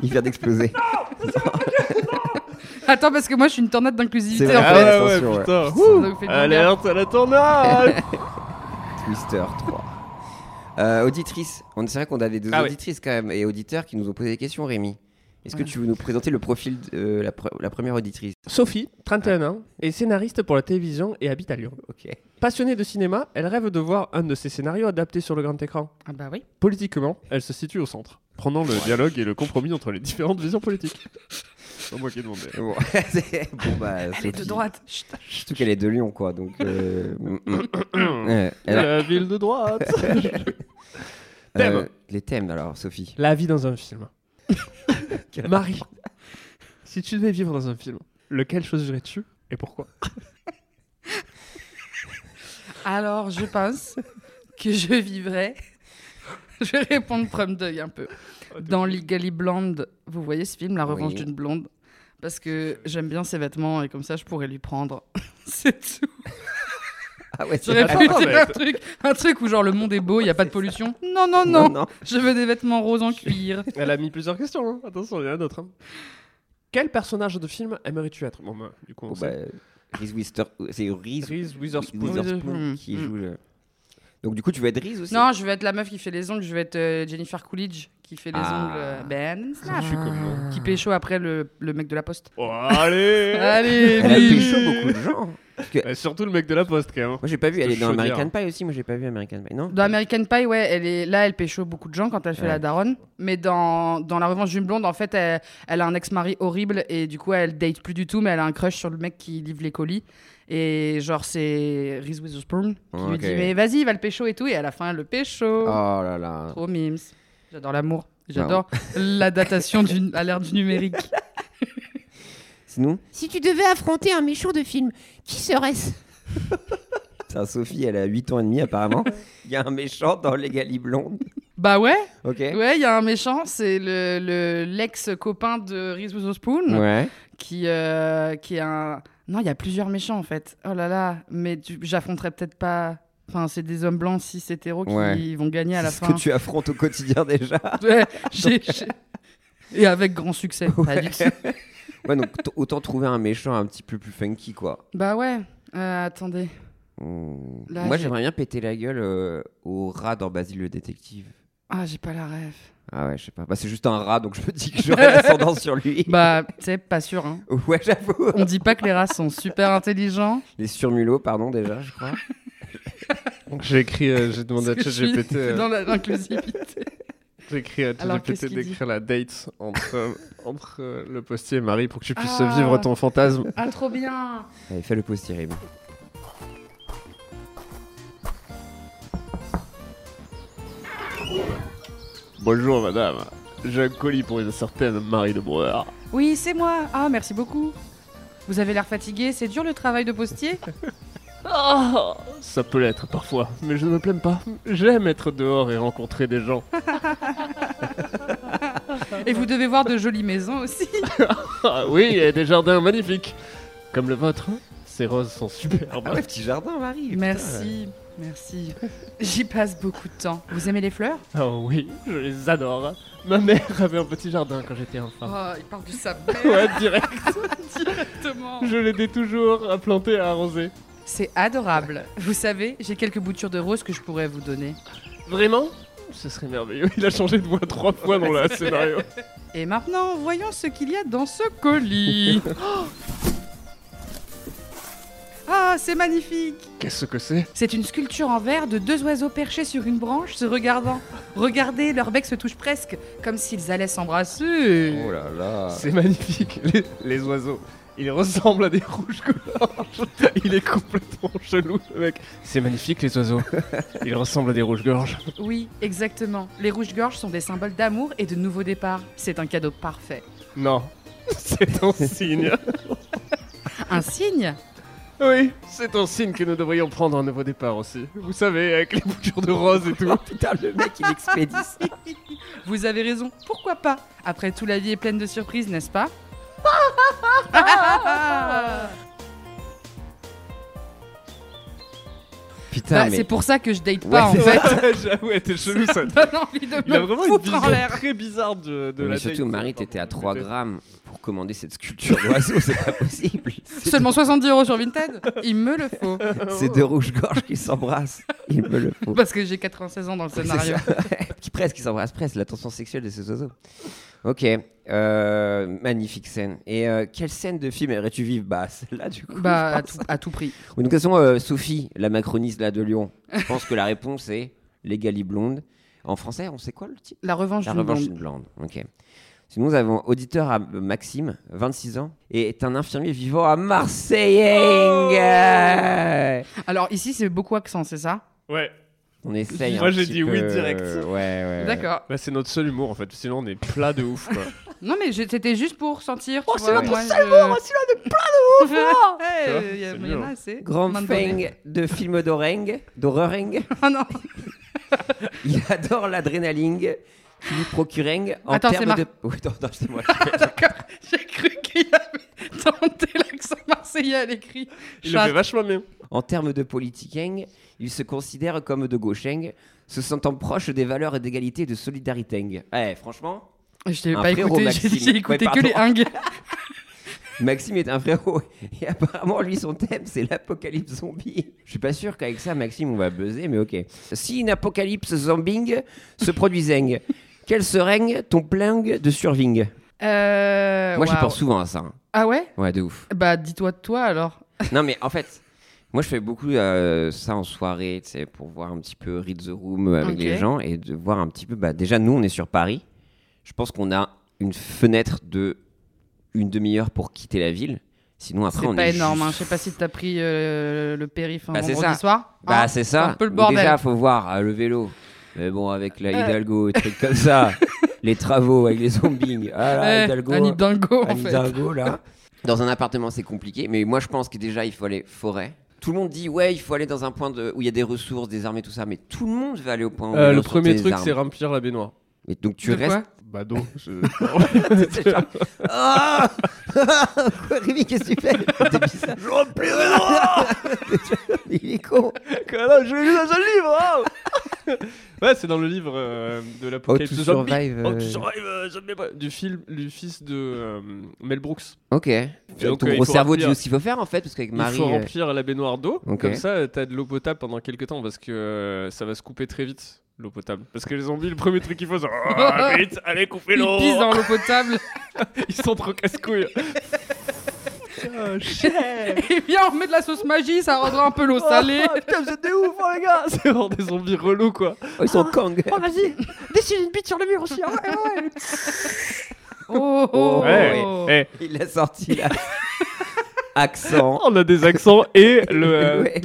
S4: Il vient d'exploser.
S5: Attends parce que moi je suis une tornade
S4: C'est
S5: d'inclusivité en
S4: vrai.
S5: fait.
S3: Ah
S4: Attention,
S3: ouais,
S4: ouais.
S3: ouais,
S5: Ça
S3: putain.
S5: nous fait
S3: Ouh,
S5: du bien.
S3: Alerte à la tornade
S4: Twister 3. Euh, auditrice, on c'est vrai qu'on a des deux
S3: Ah ouais.
S4: auditrices quand même et auditeurs qui nous ont posé des questions, Rémi. Est-ce que tu veux nous présenter le profil de euh, la, pre- la première auditrice
S12: Sophie, 31 ans, est scénariste pour la télévision et habite à Lyon.
S4: Ok.
S12: Passionnée de cinéma, elle rêve de voir un de ses scénarios adaptés sur le grand écran.
S5: Ah bah oui.
S12: Politiquement, elle se situe au centre, prenant le dialogue et le compromis entre les différentes visions politiques. C'est moi qui ai demandé.
S4: Bon, c'est- bon, bah,
S13: Elle est de
S4: Sophie.
S13: droite.
S4: Surtout qu'elle est de Lyon, quoi. Donc, euh, mm, mm. Ouais, alors,
S12: La ville de droite thème.
S4: euh, les thèmes, alors, Sophie.
S12: La vie dans un film. Marie, si tu devais vivre dans un film, lequel choisirais-tu et pourquoi
S5: Alors, je pense que je vivrais. je vais répondre from deuil un peu. Dans Legally Blonde, vous voyez ce film, La revanche
S4: Oui.
S5: d'une blonde Parce que j'aime bien ses vêtements et comme ça, je pourrais lui prendre. C'est tout.
S4: Ah ouais, c'est
S5: J'aurais
S4: pas-
S5: pu dire un truc, un truc où genre le monde est beau, il n'y a pas de pollution. Non, non, non, Je veux des vêtements roses en cuir.
S12: Elle a mis plusieurs questions, hein. attention, il y en a d'autres. hein. Quel personnage de film aimerais-tu être Bon, bah, du coup, on
S3: Oh,
S4: Bon, bah,
S12: sait.
S4: Reese Wister- C'est Reese
S12: Reese Witherspoon.
S4: Witherspoon
S5: Mm,
S4: qui
S5: mm.
S4: joue le- Donc, du coup, tu veux être Reese aussi
S5: Non, je veux être la meuf qui fait les ongles, je veux être euh, Jennifer Coolidge qui fait les
S4: Ah.
S5: ongles. euh, Ben, Snap.
S12: Je suis comme moi.
S3: Ah.
S5: Qui pécho après le, le mec de la poste.
S12: Oh,
S3: Eh.
S12: allez
S5: Allez,
S4: Elle a
S5: bim.
S4: pécho beaucoup de gens. Moi,
S12: Bah, Surtout le mec de la poste, quand même.
S4: j'ai pas vu. Elle est dans
S12: Chaudière.
S4: American Pie aussi. Moi, j'ai pas vu American Pie. Non
S5: Dans American Pie, ouais, elle est là, elle pécho beaucoup de gens quand elle fait
S4: Ouais.
S5: la daronne. Mais dans, dans La Revanche d'une blonde, en fait, elle, elle a un ex-mari horrible et du coup, elle date plus du tout, mais elle a un crush sur le mec qui livre les colis. Et genre, c'est Reese Witherspoon qui lui
S4: Ok.
S5: dit Mais vas-y, va le pécho et tout. Et à la fin, elle le pécho.
S4: Oh là là.
S5: Trop mimes. J'adore l'amour. J'adore la datation du- à l'ère du numérique.
S4: Sinon,
S14: Si tu devais affronter un méchant de film, qui serait-ce
S4: ça, Sophie, elle a 8 ans et demi apparemment. Il y a un méchant dans Les Galis Blondes.
S5: Bah ouais,
S4: Ok.
S5: ouais, il y a un méchant, c'est le, le- l'ex-copain de Reese Witherspoon.
S4: Ouais.
S5: qui, euh, qui est un. Non, il y a plusieurs méchants en fait. Oh là là, mais tu- j'affronterais peut-être pas. Enfin, c'est des hommes blancs cis hétéros qui
S4: Ouais.
S5: vont gagner à la
S4: C'est ce
S5: fin.
S4: que tu affrontes au quotidien déjà.
S5: Ouais, j'ai- j'ai- Et avec grand succès. pas du tout.
S4: Ouais, donc t- autant trouver un méchant un petit peu plus funky, quoi.
S5: Bah ouais. Euh, attendez.
S4: Hmm.
S5: Là,
S4: Moi,
S5: j'ai-
S4: j'aimerais bien péter la gueule euh, au rat dans Basile le détective.
S5: Ah, j'ai pas la rêve.
S4: Ah ouais, je sais pas. Bah, c'est juste un rat, donc je me dis que j'aurais l'ascendance sur lui.
S5: Bah, tu sais, pas sûr. Hein.
S4: Ouais, j'avoue.
S5: On dit pas que les rats sont super intelligents.
S4: Les surmulots, pardon, déjà, je crois.
S12: hein.
S3: J'ai écrit, euh, j'ai demandé à
S5: Parce que je suis
S3: ChatGPT. euh,
S5: Dans la- l'inclusivité.
S3: J'ai écrit à
S5: Alors, qu'est-ce qu'il
S3: ChatGPT
S5: dit
S3: d'écrire la date entre, euh, entre euh, le postier et Marie pour que tu puisses
S5: Ah.
S3: vivre ton fantasme.
S5: Ah, trop bien.
S4: Allez, fais le post terrible.
S3: Bonjour madame, j'ai un colis pour une certaine Marie de Breuer.
S5: Oui, c'est moi. Ah, merci beaucoup. Vous avez l'air fatigué. C'est dur le travail de postier.
S3: Oh, ça peut l'être parfois, mais je ne me plains pas. J'aime être dehors et rencontrer des gens.
S5: Et vous devez voir de jolies maisons aussi.
S3: Ah oui, et des jardins magnifiques, comme le vôtre. hein. Ces roses sont superbes.
S4: Ah ouais, petit jardin, Marie.
S5: Merci, merci. J'y passe beaucoup de temps. Vous aimez les fleurs
S3: Oh oui, je les adore. Ma mère avait un petit jardin quand j'étais enfant.
S5: Oh, il parle de sa
S3: Ouais, direct.
S5: directement.
S3: Je l'ai toujours à planter et à arroser.
S5: C'est adorable. Vous savez, j'ai quelques boutures de roses que je pourrais vous donner.
S3: Vraiment Ce serait merveilleux. Il a changé de voix trois fois dans le scénario.
S5: Et maintenant, voyons ce qu'il y a dans ce colis. Oh Ah, c'est magnifique
S3: Qu'est-ce que c'est
S5: C'est une sculpture en verre de deux oiseaux perchés sur une branche se regardant. Regardez, leurs becs se touchent presque, comme s'ils allaient s'embrasser.
S4: Oh là là.
S3: Ah. C'est magnifique. Les, les oiseaux. Il ressemble à des rouges gorges. Il est complètement chelou, le mec. C'est magnifique, les oiseaux. Il ressemble à des rouges gorges.
S5: Oui, exactement. Les rouges-gorges sont des symboles d'amour et de nouveaux départs. C'est un cadeau parfait.
S3: Non. C'est un signe.
S5: Un signe
S3: Oui, c'est un signe que nous devrions prendre un nouveau départ aussi. Vous savez, avec les boutures de rose et tout.
S4: Putain, le mec, il expédie ça.
S5: Vous avez raison, pourquoi pas Après tout, la vie est pleine de surprises, n'est-ce pas
S4: Putain,
S5: Bah,
S4: mais.
S5: C'est pour ça que je date
S4: Ouais,
S5: pas en
S4: c'est
S5: fait.
S3: J'avoue, elle était chelou, ça.
S5: Ça donne envie de
S3: Il a
S5: me
S3: vraiment une
S5: foutre
S3: vision
S5: en l'air.
S3: très bizarre de, de
S4: Oh. mais
S3: la
S4: surtout,
S3: technique.
S4: Marie, t'étais à 3
S3: Peut-être.
S4: grammes pour commander cette sculpture d'oiseau, c'est pas possible.
S5: Seulement 70 euros sur Vinted Il me le faut.
S4: C'est deux rouges-gorges qui s'embrassent. Il me le faut.
S5: Parce que j'ai 96 ans dans le scénario.
S4: C'est ça. qui presque, qui s'embrassent presque. La tension sexuelle de ces oiseaux. Ok, euh, magnifique scène. Et euh, quelle scène de film aimerais-tu vivre Bah, celle-là, du coup.
S5: Bah,
S4: je
S5: à
S4: pense.
S5: tout, à tout prix.
S4: Oui, donc, de toute façon, euh, Sophie, la macroniste là de Lyon, je pense que la réponse est les galiblondes. En français, on sait quoi le titre
S5: La revanche
S4: La
S5: d'une
S4: revanche
S5: blonde.
S4: d'une blonde. Ok. Sinon, nous avons auditeur à euh, Maxime, 26 ans, et est un infirmier vivant à Marseille.
S5: Alors ici, c'est beaucoup accent, c'est ça
S3: Ouais.
S4: On essaye.
S3: Moi,
S4: un
S3: j'ai
S4: petit
S3: dit oui
S4: peu.
S3: direct.
S4: Ouais, ouais. ouais.
S5: D'accord.
S3: Bah, c'est notre seul humour en fait, sinon on est plat de ouf quoi.
S5: Non, mais j'ai- c'était juste pour sentir. Oh,
S4: c'est notre seul
S5: mot,
S4: Oh, fort
S5: Il
S3: C'est
S5: y en
S3: mignon.
S5: a assez.
S4: Grand
S5: Mandolé.
S4: feng de film d'Oreng, d'Horroreng.
S5: Ah non.
S4: Il adore l'adrénaline qui lui procureng en
S5: Attends, c'est
S4: termes
S5: Mar-
S4: de. Oui, attends, attends, c'est moi.
S5: D'accord, j'ai cru qu'il avait tenté l'accent marseillais à l'écrit.
S3: Il le
S5: Chat-
S3: fait vachement bien.
S4: En termes de politiqueng, il se considère comme de gaucheng, se sentant proche des valeurs d'égalité et de solidariteng. Eh, franchement,
S5: Je t'ai
S4: Un
S5: pas
S4: frérot,
S5: écouté, j'ai-
S4: Maxime.
S5: j'ai écouté
S4: Ouais,
S5: que les hingues.
S4: Maxime est un frérot et apparemment, lui, son thème, c'est l'apocalypse zombie. Je suis pas sûr qu'avec ça, Maxime, on va buzzer, mais ok. Si une apocalypse zombing se produiseng, quel serait ton pling de surving
S5: Euh,
S4: Moi, j'y
S5: waouh.
S4: pense souvent à ça. hein.
S5: Ah ouais
S4: Ouais, de ouf.
S5: Bah, dis-toi de toi alors.
S4: Non, mais en fait, moi, je fais beaucoup euh, ça en soirée, tu sais, pour voir un petit peu Read the Room avec
S5: Ok.
S4: les gens et de voir un petit peu. Bah, déjà, nous, on est sur Paris. Je pense qu'on a une fenêtre de une demi-heure pour quitter la ville. Sinon, après,
S5: C'est
S4: on
S5: pas
S4: est
S5: énorme, hein.
S4: juste-
S5: je sais pas si t'as pris euh, le périph' un
S4: Bah, c'est
S5: vendredi
S4: ça.
S5: soir.
S4: Bah,
S5: hein.
S4: c'est ça.
S5: un peu le
S4: Ou
S5: bordel.
S4: Déjà, faut voir euh, le vélo. Mais bon, avec la
S5: Euh.
S4: Hidalgo, des trucs comme ça. les travaux avec les zombies. Ah là,
S5: Eh,
S4: Hidalgo.
S5: un Hidalgo en
S4: Annie
S5: fait.
S4: Dingo, là. Dans un appartement, c'est compliqué, mais moi je pense que déjà il faut aller forêt. Tout le monde dit ouais, il faut aller dans un point de- où il y a des ressources, des armées, tout ça, mais tout le monde va aller au point où il y a
S3: Euh,
S4: des
S3: le
S4: ressources et
S3: premier
S4: des
S3: truc,
S4: armes.
S3: c'est remplir la baignoire.
S4: Mais donc tu
S5: De quoi
S4: restes. euh,
S3: Bah, d'eau. je-
S4: C'est genre, Ah Quoi, Rémi, qu'est-ce que tu fais T'es bizarre. Je Il est con.
S3: Voilà, je l'ai lu dans un livre hein. Ouais, c'est dans le livre euh, de l'apocalypse
S4: How to
S3: zombie.
S4: survive,
S3: How to
S4: Oh, euh.
S3: survive, euh, zombie, bah, du, film, du fils de euh, Mel Brooks.
S4: Ok.
S3: donc,
S4: Ton
S3: euh, il
S4: gros
S3: faut
S4: cerveau dit
S3: remplir-
S4: ce qu'il faut faire en fait, parce qu'avec Marie.
S3: Il faut
S4: euh,
S3: remplir la baignoire d'eau.
S4: Ok.
S3: Comme ça, euh, t'as de l'eau potable pendant quelques temps parce que euh, ça va se couper très vite, l'eau potable. Parce que les zombies, le premier truc qu'ils font, c'est Ah, vite, allez, coupez
S5: Il
S3: l'eau.
S5: pisse dans l'eau potable.
S3: Ils sont trop casse-couilles.
S5: Et viens, Eh on met de la sauce magie, ça rendra un peu l'eau
S4: Oh,
S5: salée.
S3: Ah, putain, vous êtes des ouf, hein, les gars. C'est vraiment des zombies relous, quoi.
S4: oh, ils sont kang.
S14: vas-y, dessine une bite sur le mur aussi. hein. Eh ouais.
S5: Oh, oh.
S3: Ouais, eh,
S4: Il a sorti là. Accent.
S3: on a des accents et le. euh,
S4: Ouais.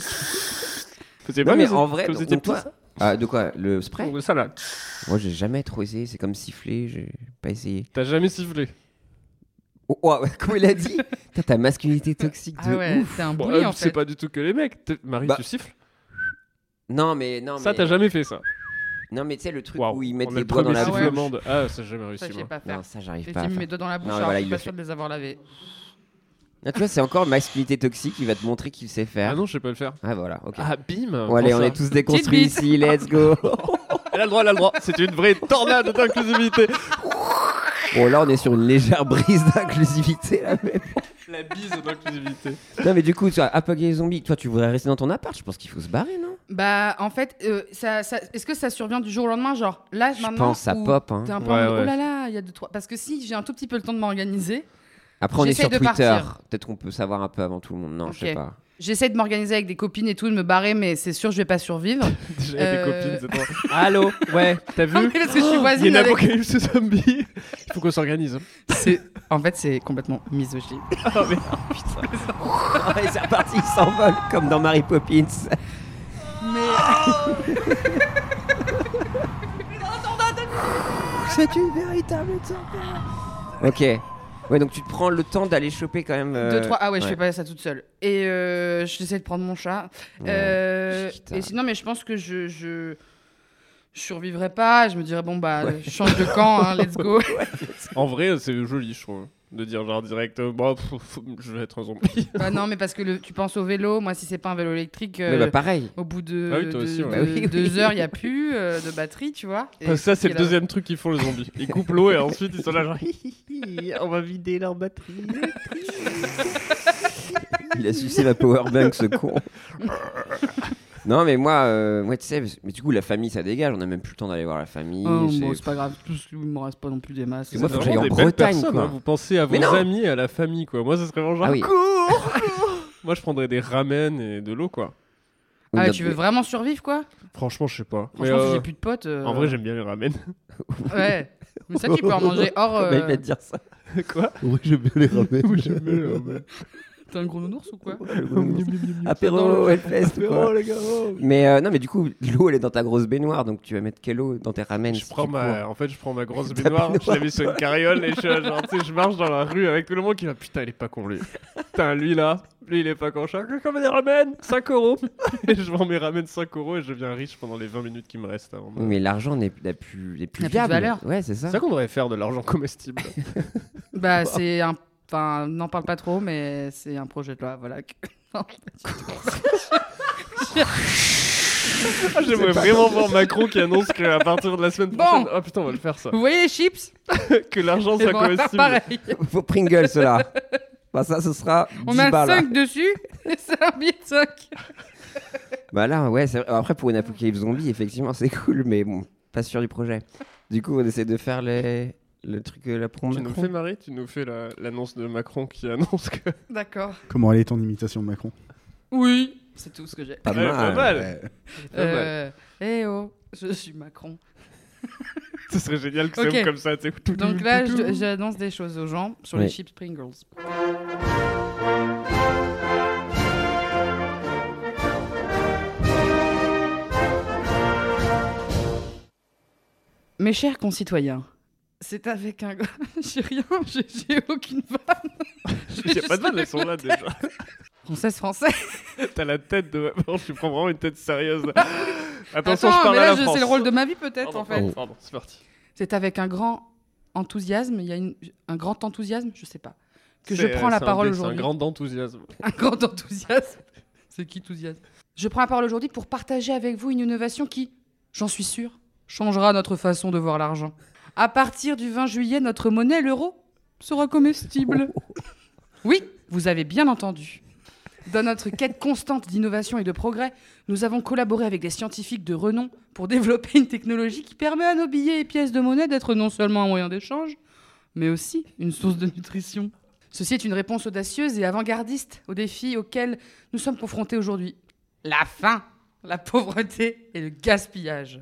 S3: faisiez
S4: Non,
S3: pas
S4: mais
S3: les-
S4: en vrai,
S3: que
S4: donc,
S3: vous étiez
S4: toi-
S3: petits, ça
S4: Ah, de quoi Le spray
S3: Ou oh, ça là,
S4: Moi, j'ai jamais trop essayé. C'est comme siffler. J'ai pas essayé.
S3: t'as jamais sifflé.
S4: Oh, oh, comment il a dit Putain, Ta masculinité toxique
S5: Ah
S4: de
S5: ouais,
S4: ouf.
S5: t'es un
S3: Bon,
S5: bully
S3: euh,
S5: en
S3: c'est
S5: fait.
S3: pas du tout que les mecs. T'es- Marie,
S4: Bah,
S3: tu siffles
S4: Non, mais non,
S3: Ça,
S4: mais
S3: t'as jamais fait ça.
S4: non, mais tu sais le truc
S3: Waouh,
S4: où ils
S3: on
S4: mettent
S3: a
S4: les
S3: le
S4: doigts dans
S3: premier
S4: la
S5: sifflement.
S4: bouche.
S3: sifflement de- Ah, ça, j'ai jamais réussi.
S5: Ça, je sais
S3: moi.
S5: pas faire.
S4: hein. Non, ça j'arrive
S5: Et
S4: pas.
S5: tu
S4: à
S5: me mets
S4: faire.
S5: deux dans la bouche,
S4: Non,
S5: alors
S4: voilà,
S5: je
S4: il
S5: suis
S4: le
S5: pas
S4: fait.
S5: sûre de les avoir lavés.
S4: Non, tu vois, c'est encore masculinité toxique. Il va te montrer qu'il
S3: Ah
S4: sait faire.
S3: non, je sais pas le faire.
S4: Ah voilà, ok.
S3: Ah, bim
S4: Bon, allez,
S3: prends
S4: on
S3: ça.
S4: est tous déconstruits
S5: Petite
S4: ici. Let's go.
S3: Elle a le droit, elle a le droit. C'est une vraie tornade d'inclusivité.
S4: Bon, là, on est sur une légère brise d'inclusivité là, mais
S3: La bise d'inclusivité.
S4: Non mais du coup, toi, apocalypse zombie, toi tu voudrais rester dans ton appart, je pense qu'il faut se barrer, non
S5: Bah, en fait, euh, ça, ça- est-ce que ça survient du jour au lendemain Genre, là,
S4: Je
S5: maintenant.
S4: pense ça
S5: où
S4: pop. hein.
S5: T'es un peu
S3: Ouais,
S5: en mode,
S3: ouais.
S5: oh là là, il y a deux, trois. Parce que si j'ai un tout petit peu le temps de m'organiser,
S4: Après on est
S5: J'essaye
S4: sur
S5: de
S4: Twitter,
S5: partir.
S4: peut-être qu'on peut savoir un peu avant tout le monde. Non, je sais
S5: Ok.
S4: pas.
S5: j'essaie de m'organiser avec des copines et tout, de me barrer, mais c'est sûr, je vais pas survivre.
S3: Déjà,
S5: Euh.
S3: des copines, c'est toi. Allô Ouais, t'as
S5: Ah oui,
S3: vu
S5: parce que je suis
S3: Il y a
S5: voisine
S3: une
S5: avec.
S3: apocalypse zombie. Il faut qu'on s'organise. hein.
S5: C'est- En fait, c'est complètement misogyne.
S4: Allez, c'est reparti, il s'envole comme dans Mary Poppins.
S5: Mais.
S4: C'est une véritable Ok. Ouais, donc tu te prends le temps d'aller choper quand même. euh,
S5: Deux, trois. Ah ouais, je
S4: ouais.
S5: fais pas ça toute seule. Et euh, j'essaie de prendre mon chat.
S4: Ouais.
S5: Euh,
S4: Putain.
S5: et sinon, mais je pense que je. je... Je survivrai pas, je me dirais bon bah
S4: Ouais.
S5: je change de camp, hein, let's go.
S3: En vrai, c'est joli, je trouve. De dire genre direct, euh, bon, pff, pff, je vais être un zombie.
S5: bah non mais parce que le- tu penses au vélo, moi si c'est pas un vélo électrique,
S4: Ouais,
S5: euh,
S4: bah pareil.
S5: au bout de,
S3: Ah oui, toi
S5: de-
S3: aussi, ouais.
S5: de-
S4: Bah oui, oui.
S5: deux heures il y a plus euh, de batterie, tu vois. Et
S3: Parce que Ah, ça, c'est
S5: qu'il
S3: le
S5: a-
S3: deuxième truc qu'ils font les zombies. Ils coupent l'eau et ensuite ils sont là genre.
S12: On va vider leur batterie.
S4: Il a sucé ma powerbank, ce con. Non, mais moi, euh, ouais, tu sais, mais du coup, la famille, ça dégage. On a même plus le temps d'aller voir la famille.
S5: Oh,
S4: c'est-
S5: bon, c'est pas grave, tout ce qu'il me reste pas non plus des masses.
S4: Et moi, faut que
S5: C'est
S4: j'aille en
S5: vraiment des belles
S4: Bretagne,
S5: personnes,
S4: quoi.
S5: hein,
S3: Vous pensez à vos
S5: Mais non
S3: amis, à la famille, quoi. Moi, ça serait vraiment genre.
S5: Ah oui.
S3: Cours, cours. Moi, je prendrais des ramen et de l'eau, quoi.
S5: Ah, tu veux vraiment survivre, quoi
S3: Franchement, je sais pas. Mais,
S5: Franchement, si
S3: euh,
S5: j'ai plus de potes, euh,
S3: En vrai, j'aime bien les ramen.
S5: Ouais. Mais ça, tu peux en manger hors.
S3: Bah, il
S5: euh,
S3: va te dire ça. Quoi
S2: Oui, j'aime bien les ramen.
S3: Oui, j'aime bien
S5: euh,
S3: les ramen.
S5: T'es un gros nounours ou quoi
S4: Apéro, Hellfest.
S5: Apéro,
S4: quoi.
S5: les gars, oh.
S4: Mais euh, non, mais du coup, l'eau, elle est dans ta grosse baignoire, donc tu vas mettre quelle eau dans tes ramen
S3: Je prends ma, en fait, je prends ma grosse
S4: Ta
S3: baignoire, je la
S4: baignoire.
S3: mets sur une carriole et je, suis là, genre, tu sais, je marche dans la rue avec tout le monde qui va putain, il est pas con lui. Putain, lui là, lui il est pas con. Je suis là, comme des ramen, 5 euros. Et je vends mes ramen 5 euros et je deviens riche pendant les 20 minutes qui me restent avant. de-
S4: Oui, mais l'argent n'est n'est plus, n'est plus
S5: N'a plus de
S4: viable.
S5: valeur.
S4: Ouais, c'est ça.
S3: C'est ça qu'on devrait faire de l'argent comestible.
S5: Bah, c'est un. Enfin, n'en parle pas trop, mais c'est un projet de loi, voilà. que- Non, pas du tout.
S3: Ah, J'aimerais vraiment voir Macron qui annonce qu'à partir de la semaine prochaine. Oh putain, on va le faire ça.
S5: Vous voyez les chips
S3: Que l'argent
S5: Eh
S3: soit
S5: ben, on va faire
S3: comestible.
S5: pareil.
S4: Faut Pringles, là. Bah, ça, ce sera
S5: On
S4: 10
S5: met un
S4: balles.
S5: 5 dessus, et c'est un billet de 5.
S4: Bah là, ouais, c'est vrai. après pour une apocalypse zombie, effectivement, c'est cool, mais bon, pas sûr du projet. Du coup, on essaie de faire les... le truc, euh, la promo.
S3: Tu nous fais Marie, tu nous fais la- l'annonce de Macron qui annonce que.
S5: D'accord.
S2: Comment allait ton imitation de Macron
S5: Oui, c'est tout ce que j'ai.
S2: Pas
S3: Ouais,
S2: mal.
S3: Pas mal.
S2: Ouais.
S3: Pas mal.
S5: Euh, Eh oh, je suis Macron.
S3: Ce serait génial que ça
S5: Ok.
S3: ouvre comme ça. tu sais.
S5: Donc là, je- j'annonce des choses aux gens sur les
S3: Oui.
S5: chips Pringles. Mes chers concitoyens, c'est avec un. j'ai rien, j'ai j'ai aucune vanne.
S3: Il y a pas de vanne, elles sont là déjà.
S5: Française, française.
S3: T'as la tête de. Bon, je prends vraiment une tête sérieuse. là. Attention,
S5: Attends,
S3: je parle
S5: mais
S3: à
S5: là,
S3: la
S5: je-
S3: France.
S5: c'est le rôle de ma vie peut-être
S3: Pardon,
S5: en fait.
S3: pardon, pardon, c'est parti.
S5: C'est avec un grand enthousiasme, il y a une- un grand enthousiasme, je sais pas, que je
S3: C'est,
S5: prends
S3: euh,
S5: la
S3: c'est un
S5: parole
S3: dé- C'est un
S5: aujourd'hui.
S3: grand enthousiasme.
S5: Un grand enthousiasme. C'est qui enthousiasme Je prends la parole aujourd'hui pour partager avec vous une innovation qui, j'en suis sûr, changera notre façon de voir l'argent. À partir du 20 juillet, notre monnaie, l'euro, sera comestible. Oui, vous avez bien entendu. Dans notre quête constante d'innovation et de progrès, nous avons collaboré avec des scientifiques de renom pour développer une technologie qui permet à nos billets et pièces de monnaie d'être non seulement un moyen d'échange, mais aussi une source de nutrition. Ceci est une réponse audacieuse et avant-gardiste aux défis auxquels nous sommes confrontés aujourd'hui. La faim, la pauvreté et le gaspillage.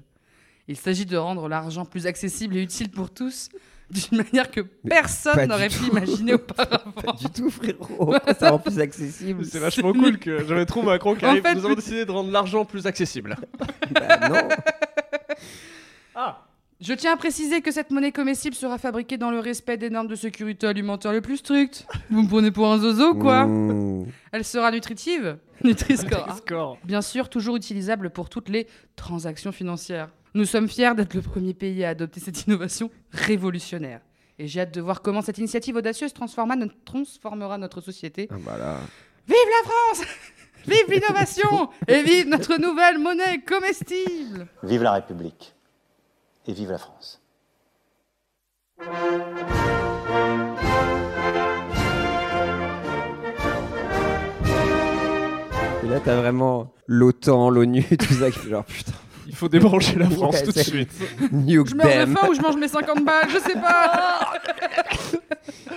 S5: Il s'agit de rendre l'argent plus accessible et utile pour tous d'une manière que
S4: pas
S5: personne
S4: du
S5: n'aurait pu
S4: tout.
S5: imaginer auparavant. Pas
S4: du tout, frérot. Ça rend plus accessible.
S3: C'est vachement cool que j'avais trouvé Macron qui
S5: En
S3: arrive.
S5: fait,
S3: Nous avons décidé de rendre l'argent plus accessible.
S4: bah,
S5: Je tiens à préciser que cette monnaie comestible sera fabriquée dans le respect des normes de sécurité alimentaire les plus strictes. Vous me prenez pour un zozo, quoi
S4: Mmh. Hmm.
S5: Elle sera nutritive, Nutri-Score. Bien sûr, toujours utilisable pour toutes les transactions financières. Nous sommes fiers d'être le premier pays à adopter cette innovation révolutionnaire. Et j'ai hâte de voir comment cette initiative audacieuse transforma- transformera notre société.
S4: Ah,
S5: Vive la France Vive l'innovation Et vive notre nouvelle monnaie comestible
S15: Vive la République et vive la France.
S4: Et là, t'as vraiment l'OTAN, l'ONU, tout ça. qui- Genre, putain.
S3: Il faut débrancher la France tout de
S4: c'est- Nuke
S5: Je meurs de
S4: them.
S5: faim ou je mange mes 50 balles, je sais pas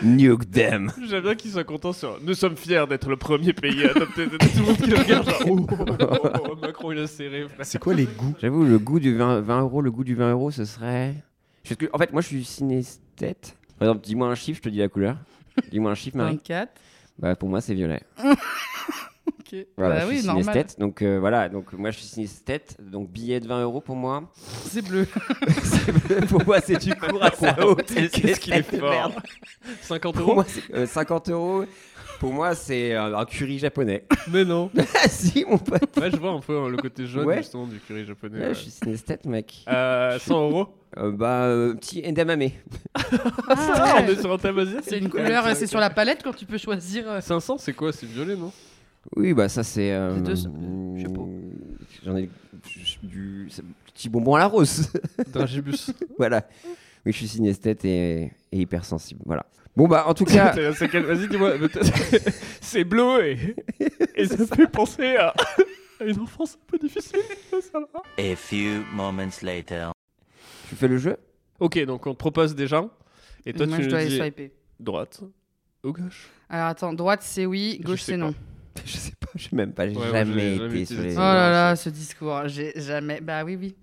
S4: Nuke them.
S3: J'aime bien qu'ils soient contents sur. Nous sommes fiers d'être le premier pays à adopter. Tout le monde qui le regarde, genre. Oh, oh, oh, oh, Macron, il a serré.
S4: C'est quoi les goûts J'avoue, le goût du 20, 20 euros, le goût du 20 euros, ce serait. Je sais que- En fait, moi, je suis cinéstète. Par exemple, dis-moi un chiffre, je te dis la couleur. Dis-moi un chiffre, Marie.
S5: 24.
S4: Bah, pour moi, c'est violet.
S5: Ok.
S4: Voilà,
S5: Bah
S4: je
S5: oui,
S4: suis
S5: normal.
S4: cinéstète. Donc euh, voilà, donc moi je suis cinéstète, donc billet de 20 euros pour moi.
S5: C'est bleu.
S4: pour moi c'est du cours à sa haute.
S3: Qu'est-ce qu'il est
S4: cinéstète de
S3: fort.
S4: merde.
S3: 50
S4: Pour
S3: euros
S4: moi, c'est, euh, 50 euros. Pour moi c'est euh, un curry japonais. Ah,
S3: Mais non.
S4: si, mon pote.
S3: Ouais, je vois un peu hein, le côté jaune,
S4: Ouais.
S3: justement, du curry japonais.
S4: Ouais,
S3: ouais.
S4: Je suis cinéstète, mec.
S3: Euh, 100 euros
S4: Euh, Bah, euh, petit endamame.
S3: Ah, on est sur un thème asiatique.
S5: C'est une couleur, euh, c'est sur la palette quand tu peux choisir. euh,
S3: 500, c'est quoi C'est violet, non
S4: Oui, bah ça c'est. euh,
S5: C'est deux, ça,
S4: mm, J'en ai j- du c'est- petit bonbon à la rose.
S3: Dragibus.
S4: voilà. Oui, je suis synesthète et, et hypersensible. Voilà. Bon bah en tout cas.
S3: C'est- c'est quel- Vas-y, dis-moi. C'est bleu et, et ça fait penser à.
S1: à une enfance un peu difficile, mais ça va.
S8: A few moments later.
S4: Tu fais le jeu
S3: Ok, donc on te propose des gens. Et toi,
S5: Moi,
S3: tu
S5: je
S3: nous
S5: dois aller
S3: dis
S5: swiper.
S3: Droite ou gauche
S5: Alors attends, droite c'est oui, gauche
S4: sais
S5: c'est non.
S4: Je sais pas, j'ai même pas, j'ai
S3: Ouais, ouais, je
S4: jamais
S3: l'ai jamais
S4: été sur les.
S5: Oh là là, ce discours, j'ai jamais. Bah oui, oui.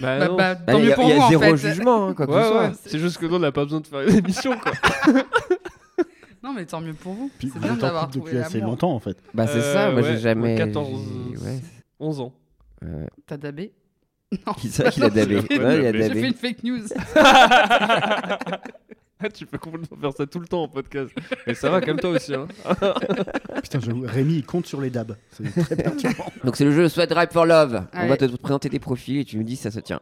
S5: Bah,
S3: non,
S5: bah,
S3: c'est-
S2: Ah,
S5: tant mieux pour vous en fait.
S4: hein,
S3: Ouais, ouais, C'est juste que nous, on n'a pas besoin de faire une émission, quoi.
S5: Non mais tant mieux pour vous.
S2: Puis
S5: C'est
S2: vous
S5: bien
S2: êtes en
S5: d'avoir
S2: couple
S5: trouvé
S2: depuis assez
S5: l'amour.
S2: longtemps en fait.
S4: Bah, c'est
S3: Euh,
S4: ça, moi
S3: ouais,
S4: j'ai jamais.
S3: 14,
S4: j'ai- Ouais.
S3: 11 ans.
S5: T'as dabé Non.
S4: Qui ça qui l'a dabé
S5: J'ai fait-
S4: Ouais, il a
S5: J'ai
S4: dabé.
S5: fait une fake news.
S3: Ah, tu peux complètement faire ça tout le temps en podcast. Mais ça va, comme toi aussi. Hein.
S2: Putain, j'avoue, Rémi, il compte sur les dabs. C'est très perturbant.
S4: Donc c'est le jeu Sweat Drive for Love. On
S2: Allez.
S4: va te présenter tes profils et tu me dis si ça se tient.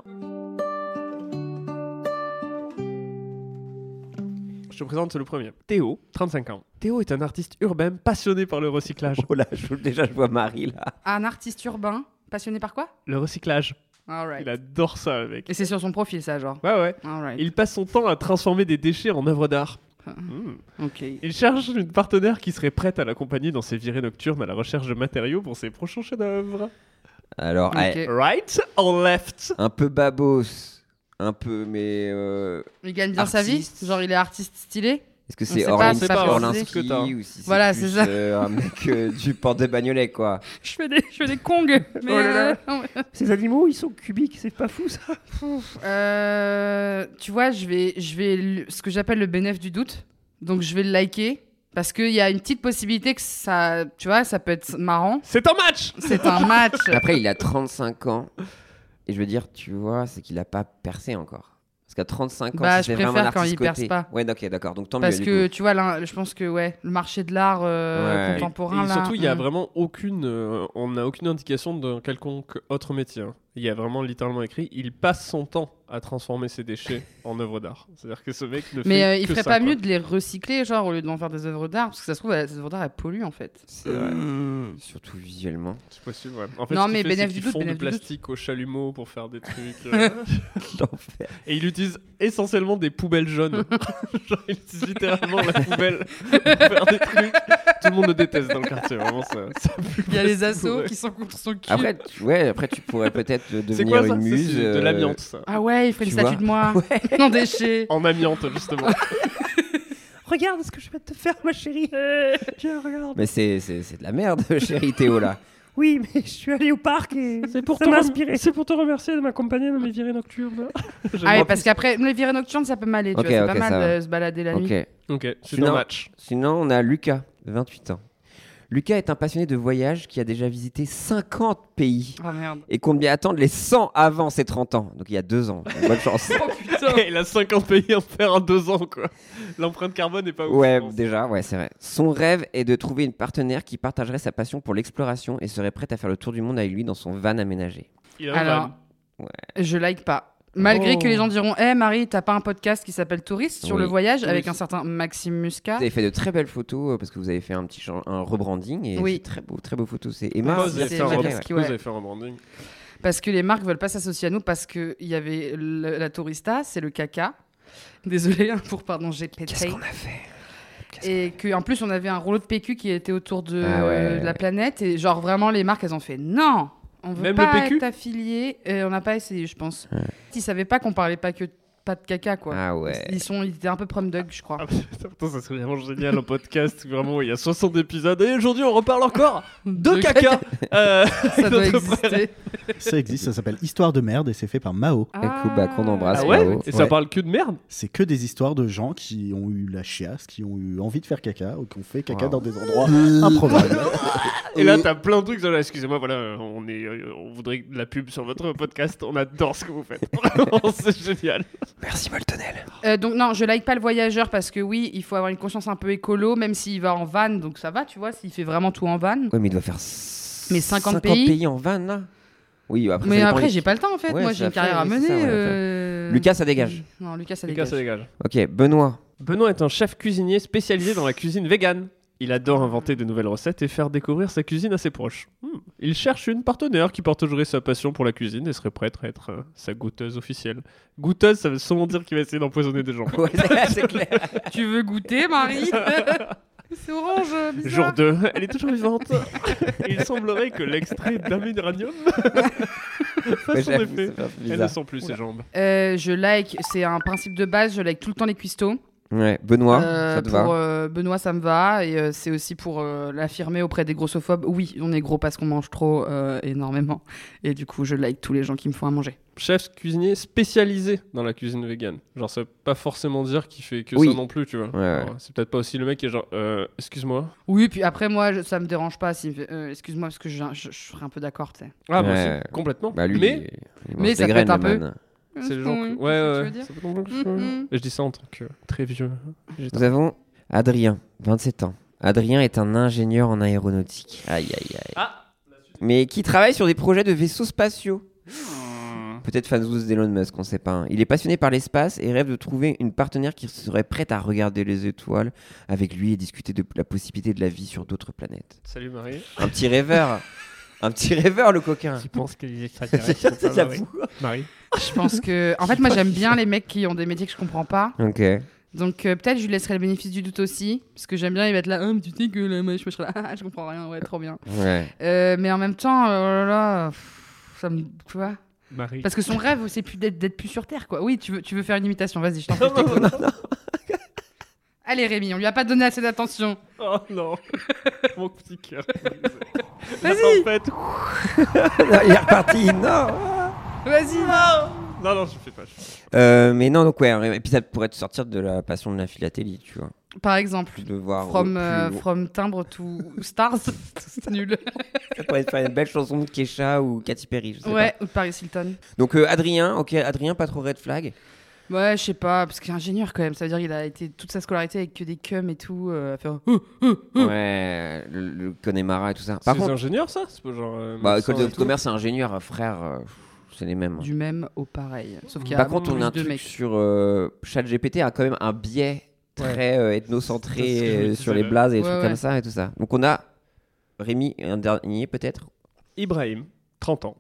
S3: Je te présente le premier. Théo, 35 ans. Théo est un artiste urbain passionné par le recyclage.
S4: Oh là, déjà je vois Marie là.
S5: Un artiste urbain passionné par quoi
S3: Le recyclage.
S5: Alright.
S3: Il adore ça, le mec.
S5: Et c'est sur son profil ça genre.
S3: Ouais, ouais.
S5: Alright.
S3: Il passe son temps à transformer des déchets en œuvres d'art.
S5: Hmm. Ok.
S3: Il cherche une partenaire qui serait prête à l'accompagner dans ses virées nocturnes à la recherche de matériaux pour ses prochains chefs-d'œuvre.
S4: Alors,
S3: Ok.
S4: allez.
S3: Right or left
S4: Un peu babos, un peu, mais. euh,
S5: Il gagne bien sa vie Genre il est artiste stylé
S4: Est-ce que
S5: On
S4: c'est
S5: sait
S4: Orlin-
S5: on sait précisé.
S4: Orlinski ou si c'est
S5: Voilà,
S4: plus,
S5: c'est ça.
S4: euh, un mec euh, du port de Bagnolet, quoi
S5: Je fais des, je fais des kongs. Mais
S4: Oh là là.
S5: euh, non, mais-
S4: Ces animaux, ils sont cubiques, c'est pas fou ça.
S5: Euh, tu vois, je vais, je vais le- ce que j'appelle le bénéfice du doute. Donc je vais le liker parce qu'il y a une petite possibilité que ça, tu vois, ça peut être marrant.
S3: C'est un match.
S5: C'est un match.
S4: Après, il a 35 ans. Et je veux dire, tu vois, c'est qu'il a pas percé encore. Parce qu'à 35 ans,
S5: Bah,
S4: si c'est
S5: je
S4: vraiment
S5: préfère
S4: un
S5: quand
S4: artiste
S5: il perce
S4: coté-
S5: pas.
S4: Ouais, ok, d'accord. Donc tant
S5: parce
S4: mieux. du
S5: que
S4: coup.
S5: tu vois, là, je pense que ouais, le marché de l'art euh,
S4: Ouais.
S5: contemporain
S3: Et
S5: là.
S3: surtout, il y a
S5: hmm.
S3: vraiment aucune, euh, on n'a aucune indication d'un quelconque autre métier. hein. Il y a vraiment littéralement écrit, il passe son temps à transformer ses déchets en œuvres d'art. C'est-à-dire que ce mec ne fait
S5: Mais euh, il
S3: que
S5: ferait
S3: ça,
S5: pas
S3: quoi.
S5: mieux de les recycler, genre au lieu d'en faire des œuvres d'art, parce que ça se trouve, euh, ces œuvres d'art elles polluent en fait.
S4: C'est vrai.
S3: Mmh.
S4: Surtout visuellement.
S3: C'est possible, ouais. En fait,
S5: Non,
S3: ce qu'il
S5: mais
S3: fait,
S5: bénéfice du
S3: c'est qu'ils
S5: doute,
S3: font du
S5: bénéfice du doute.
S3: plastique au chalumeau pour faire des trucs. euh, Et il utilise essentiellement des poubelles jaunes. Genre, il utilise littéralement la poubelle pour faire des trucs. Tout le monde le déteste dans le quartier, vraiment. Ça, ça pue
S5: Il y a les
S3: presque
S5: assos
S3: pour eux.
S5: qui sont contre son cul.
S4: Après, tu- ouais, après, tu pourrais peut-être devenir
S3: C'est quoi ça
S4: une
S3: Ça,
S4: muse.
S3: c'est de
S4: euh,
S3: l'amiante, ça.
S5: Ah ouais, il ferait une
S4: Tu
S5: statue
S4: vois
S5: de moi, non Ah déchet.
S3: En amiante, justement.
S14: Regarde ce que je vais te faire, ma chérie. Je regarde.
S4: Mais c'est c'est- c'est de la merde, chérie Théo, là.
S14: Oui, mais je suis allé au parc et
S1: C'est pour,
S14: ça
S1: te
S14: m'a
S1: rem-
S14: inspiré.
S1: c'est pour te remercier de m'accompagner dans mes virées nocturnes.
S5: Ah ouais, parce qu'après, les virées nocturnes, ça peut m'aller, tu
S4: Ok,
S5: vois, c'est
S4: ok,
S5: pas
S4: ça
S5: mal
S4: va.
S5: de se balader la
S4: Ok.
S5: nuit.
S3: Ok, c'est
S4: Sinon-
S3: dans le match.
S4: Sinon, on a Lucas, 28 ans. Lucas est un passionné de voyage qui a déjà visité 50 pays
S5: Ah, merde.
S4: et compte bien attendre les 100 avant ses 30 ans. Donc il y a deux ans. Donc, Bonne chance.
S3: Il a 50 pays à faire en deux ans, quoi. L'empreinte carbone n'est pas ouf.
S4: Ouais, déjà, ouais, c'est vrai. Son rêve est de trouver une partenaire qui partagerait sa passion pour l'exploration et serait prête à faire le tour du monde avec lui dans son van aménagé.
S3: Il
S5: Alors, je like pas. Malgré que les
S3: Oh.
S5: gens diront, hé Marie, t'as pas un podcast qui s'appelle Touriste sur
S4: Oui.
S5: le voyage
S4: Touriste.
S5: avec un certain Maxime Muscat
S4: Vous avez fait de très belles photos euh, parce que vous avez fait un petit chan- un rebranding et
S5: Oui.
S4: c'est très beau, très beaux photos. C'est Emma.
S3: Oh,
S5: Pourquoi vous avez C'est fait un Emma rebranding Ski, ouais.
S3: Vous avez fait un rebranding.
S5: Parce que les marques veulent pas s'associer à nous parce qu'il y avait le- la tourista, c'est le caca. Désolé hein, pour, pardon, j'ai pété. Qu'est-ce qu'on a
S4: fait
S5: et qu'en plus, on avait un rouleau de PQ qui était autour de,
S4: Ah ouais.
S5: euh, de la planète. Et genre, vraiment, les marques, elles ont fait non, on veut
S3: Même le
S5: pas
S3: PQ?
S5: être affilié. Et on n'a pas essayé, je pense. Ils savaient pas qu'on parlait pas que pas de caca, quoi.
S4: Ah ouais.
S5: Ils, sont, ils étaient un peu prom dog, je crois.
S3: Attends, ça serait vraiment génial en podcast. Vraiment, il y a 60 épisodes. Et aujourd'hui, on reparle encore de
S5: De
S3: caca.
S5: caca.
S3: Euh,
S5: Ça doit
S3: notre frère.
S5: exister.
S2: Ça existe, ça s'appelle Histoire de merde et c'est fait par Mao.
S4: coup, bah, qu'on embrasse.
S3: Ah ouais
S4: Mao.
S3: Et ça parle que de merde
S2: C'est que des histoires de gens qui ont eu la chiasse, qui ont eu envie de faire caca ou qui ont fait caca
S4: Wow.
S2: dans des endroits improbables.
S5: Euh,
S3: Et là, t'as plein de trucs. genre, Excusez-moi, voilà, euh, on, est, euh, on voudrait de la pub sur votre podcast. On adore ce que vous faites. Vraiment, C'est génial.
S4: Merci, Moltonel.
S5: Euh, donc non, je like pas le voyageur parce que oui, il faut avoir une conscience un peu écolo, même s'il va en van, donc ça va, tu vois, s'il fait vraiment tout en van.
S4: Ouais, mais il doit faire
S5: Mais 50 pays.
S4: en van, là. Oui, après.
S5: Mais
S4: ça dépend
S5: après,
S4: les-
S5: j'ai pas le temps, en fait.
S4: Ouais,
S5: Moi,
S4: c'est
S5: j'ai une
S4: après,
S5: carrière à
S4: oui,
S5: mener.
S4: c'est ça, ouais,
S5: euh,
S4: Lucas, ça dégage.
S5: Non, Lucas, ça
S3: Lucas,
S5: dégage.
S3: ça dégage.
S4: Ok, Benoît.
S3: Benoît est un chef cuisinier spécialisé dans la cuisine végane. Il adore inventer de nouvelles recettes et faire découvrir sa cuisine à ses proches. Hmm. Il cherche une partenaire qui partagerait sa passion pour la cuisine et serait prête à être euh, sa goûteuse officielle. Goûteuse, hein. ça veut sûrement dire qu'il va essayer d'empoisonner des gens.
S4: Ouais, c'est clair.
S5: Tu veux goûter, Marie C'est orange, euh, bizarre.
S3: Jour 2, elle est toujours vivante. Il semblerait que l'extrait d'améranium fasse son
S5: j'avoue,
S3: effet.
S5: ça fait un peu
S3: Elle ne
S5: bizarre.
S3: sent plus ses
S5: Oula.
S3: jambes.
S5: Euh, je like, c'est un principe de base, je like tout le temps les cuistots.
S4: Ouais, Benoît,
S5: Euh,
S4: ça te
S5: pour,
S4: va
S5: euh, Benoît, ça me va. Et euh, c'est aussi pour euh, l'affirmer auprès des grossophobes. Oui, on est gros parce qu'on mange trop euh, énormément. Et du coup, je like tous les gens qui me font à manger.
S3: Chef cuisinier spécialisé dans la cuisine végane. Genre, ça veut pas forcément dire qu'il fait que
S4: Oui.
S3: ça non plus, tu vois.
S4: Ouais, ouais.
S3: Genre, C'est peut-être pas aussi le mec qui est genre, euh, excuse-moi.
S5: Oui, puis après, moi, je- ça me dérange pas. s'il me fait, euh, Excuse-moi, parce que je, je- je serais un peu d'accord, tu sais.
S3: Ah, bah,
S4: Ouais.
S3: c'est complètement.
S4: Bah, lui,
S3: mais
S4: il- il mange Mais des ça peut graines, être un le peu. man.
S3: Mm-hmm. C'est le genre. que-
S5: Oui,
S3: Ouais,
S5: Mmh,
S3: ouais.
S5: c'est ce que
S3: ouais.
S5: tu veux dire. Mhm.
S3: Et je dis ça en tant que très vieux. J'ai
S4: Nous avons Adrien, 27 ans. Adrien est un ingénieur en aéronautique. Aïe, aïe, aïe. Mais qui travaille sur des projets de vaisseaux spatiaux. Peut-être fanzouz d'Elon Musk, on sait pas. hein. Il est passionné par l'espace et rêve de trouver une partenaire qui serait prête à regarder les étoiles avec lui et discuter de la possibilité de la vie sur d'autres planètes.
S3: Salut, Marie.
S4: Un petit rêveur. un petit rêveur, le coquin.
S3: Qui pense que les extraterrestres sont pas
S4: J'avoue.
S3: mauvais. Marie.
S5: Je pense que. En fait, moi, j'aime bien les mecs qui ont des métiers que je comprends pas.
S4: Ok.
S5: Donc, euh, peut-être, je lui laisserai le bénéfice du doute aussi. Parce que j'aime bien, il va être là. Ah, mais tu sais que la mèche, moi, je serai là. Ah, je comprends rien. Ouais, trop bien.
S4: Ouais.
S5: Euh, mais en même temps, euh, oh là là, pff, ça me. Tu vois
S3: Marie.
S5: Parce que son rêve, c'est plus d'être d'être plus sur Terre, quoi. Oui, tu veux, tu veux faire une imitation. Vas-y, je t'en prie. je t'écoute. Allez, Rémi, on lui a pas donné assez d'attention.
S3: Oh non. Mon petit cœur.
S5: Vas-y.
S4: il est reparti. Non.
S5: Vas-y.
S3: Non, non, je fais pas. je fais pas.
S4: Euh, mais non, donc ouais, un rêve- et puis ça pourrait te sortir de la passion de la philatélie, tu vois.
S5: Par exemple,
S4: Plus de voir, euh,
S5: from,
S4: plus
S5: euh,
S4: loin.
S5: from Timbre to Stars, c'est nul.
S4: Ça pourrait te faire une belle chanson de Kesha ou Katy Perry, je sais
S5: Ouais,
S4: pas.
S5: ou Paris Hilton.
S4: Donc euh, Adrien, ok, Adrien, pas trop red flag.
S5: Ouais, je sais pas, parce qu'il est ingénieur quand même. Ça veut dire qu'il a été toute sa scolarité avec que des cums et tout, euh, à faire. Ouh, ouh, ouh.
S4: Ouais, le, le Connemara et tout ça. Par
S3: C'est
S4: contre,
S3: ingénieur, ça C'est pas genre. euh,
S4: bah,
S3: médecin
S4: école de
S3: et tout
S4: commerce et ingénieur, euh, frère, euh, pff, c'est les mêmes.
S5: Du même au pareil. Sauf qu'il y a
S4: Par contre, on
S5: plus
S4: a un
S5: de
S4: truc
S5: mecs.
S4: sur euh, ChatGPT a quand même un biais
S7: C'est ce
S4: très euh,
S7: que je
S4: ethnocentré
S7: me
S4: euh,
S7: disais,
S4: sur les
S7: là.
S4: blazes et des
S7: Ouais,
S4: trucs
S7: ouais.
S4: comme ça et tout ça. Donc on a Rémi, un dernier peut-être.
S3: Ibrahim, 30 ans.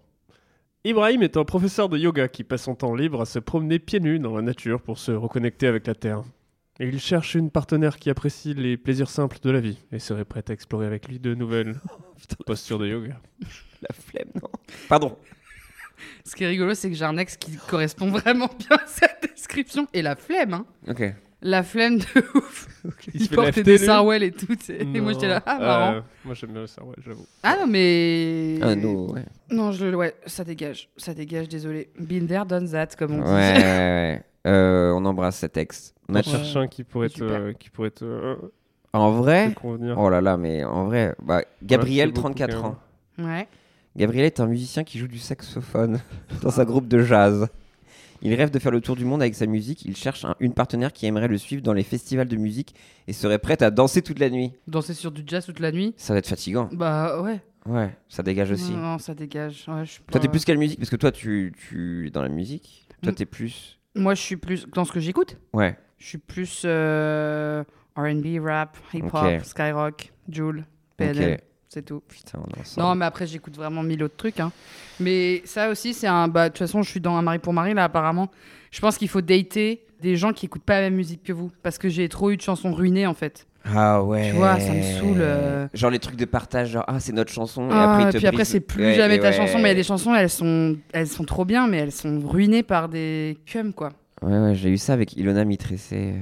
S3: Ibrahim est un professeur de yoga qui passe son temps libre à se promener pieds nus dans la nature pour se reconnecter avec la Terre. Et il cherche une partenaire qui apprécie les plaisirs simples de la vie et serait prête à explorer avec lui de nouvelles
S5: Oh,
S3: postures de yoga.
S4: La flemme, non Pardon.
S5: Ce qui est rigolo, c'est que j'ai un ex qui correspond vraiment bien à cette description. Et la flemme, hein.
S4: Ok.
S5: La flemme de ouf.
S3: Il
S5: Il,
S3: se fait
S5: portait
S3: lafter,
S5: des
S3: lui
S5: sarouels et tout. tu sais. Et moi, j'étais là, ah, marrant.
S3: Euh, moi j'aime bien ça, ouais, j'avoue.
S5: Ah non, mais.
S4: Ah, nous, ouais.
S5: Non, je le. Ouais, ça dégage. Ça dégage, désolé. Binder done that, comme on
S4: Ouais,
S5: dit.
S4: ouais, ouais. Euh, on embrasse cet texte.
S3: On cherche un qui pourrait te. euh, qui pourrait te euh,
S4: En vrai
S3: te convenir.
S4: Oh là là, mais en vrai, bah, Gabriel,
S3: Ouais, c'est beaucoup,
S4: 34
S3: quand
S4: ans.
S5: Ouais.
S4: Gabriel est un musicien qui joue du saxophone
S5: Ah.
S4: dans un groupe de jazz. Il rêve de faire le tour du monde avec sa musique. Il cherche un- une partenaire qui aimerait le suivre dans les festivals de musique et serait prête à danser toute la nuit.
S5: Danser sur du jazz toute la nuit.
S4: Ça va être fatigant.
S5: Bah ouais.
S4: Ouais, ça dégage aussi.
S5: Non, non, ça dégage. Ouais, je suis
S4: Toi,
S5: pas-
S4: t'es plus quelle musique Parce que toi, tu, tu es dans la musique. Toi,
S5: Mm.
S4: t'es plus.
S5: Moi, je suis plus dans ce que j'écoute.
S4: Ouais.
S5: Je suis plus euh, R&B, rap, hip hop,
S4: Ok.
S5: skyrock, Joule, PNL,
S4: Ok.
S5: c'est tout.
S4: Putain, on est ensemble.
S5: Non, mais après, j'écoute vraiment mille autres trucs. hein. Mais ça aussi, c'est un. bah, De toute façon, je suis dans un mari pour mari, là, apparemment. Je pense qu'il faut dater des gens qui écoutent pas la même musique que vous. Parce que j'ai trop eu de chansons ruinées, en fait.
S4: Ah ouais.
S5: Tu vois, ça me saoule, euh.
S4: Genre les trucs de partage, genre ah c'est notre chanson.
S5: Ah,
S4: et après, ils te
S5: puis après,
S4: brisent-
S5: c'est plus
S4: Ouais,
S5: jamais
S4: et
S5: ta
S4: ouais.
S5: chanson. Mais il y a des chansons, elles sont, elles sont trop bien, mais elles sont ruinées par des cums, quoi.
S4: Ouais, ouais, j'ai eu ça avec Ilona Mitressé.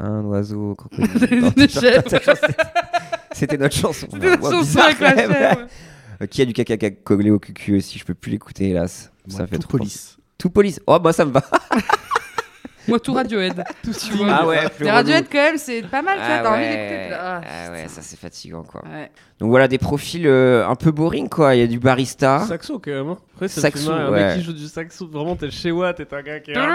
S4: euh, Un oiseau, crocodile.
S5: Des
S4: Non, t'as-
S5: chefs.
S4: t'as- t'as- C'était notre chanson.
S5: C'était notre
S4: Ouais,
S5: chanson
S4: bizarre,
S5: avec la
S4: quand même.
S5: chèvre, ouais.
S4: Euh, Qui a du caca caca collé au cul aussi, je peux plus l'écouter, hélas. ça
S2: Moi,
S4: fait
S2: tout
S4: trop
S2: police.
S4: penser. Tout police. Oh, bah ça me va.
S5: Moi, tout Radiohead. tout
S4: Sting. Ah ouais, plus
S5: Mais Radiohead,
S4: relou.
S5: quand même, c'est pas mal, tu vois.
S4: Ah
S5: T'as envie
S4: ouais.
S5: d'écouter. t'es là, ah.
S4: Ah ouais, ça c'est fatigant quoi.
S5: Ouais.
S4: Donc voilà des profils euh, un peu boring quoi. Il y a du
S12: Ah.
S4: barista.
S3: Saxo quand même. hein. Après, ça me fait
S4: Saxo,
S3: marrer, un mec
S4: ouais.
S3: qui joue du saxo, vraiment, t'es chez Watt, t'es un gars qui. est-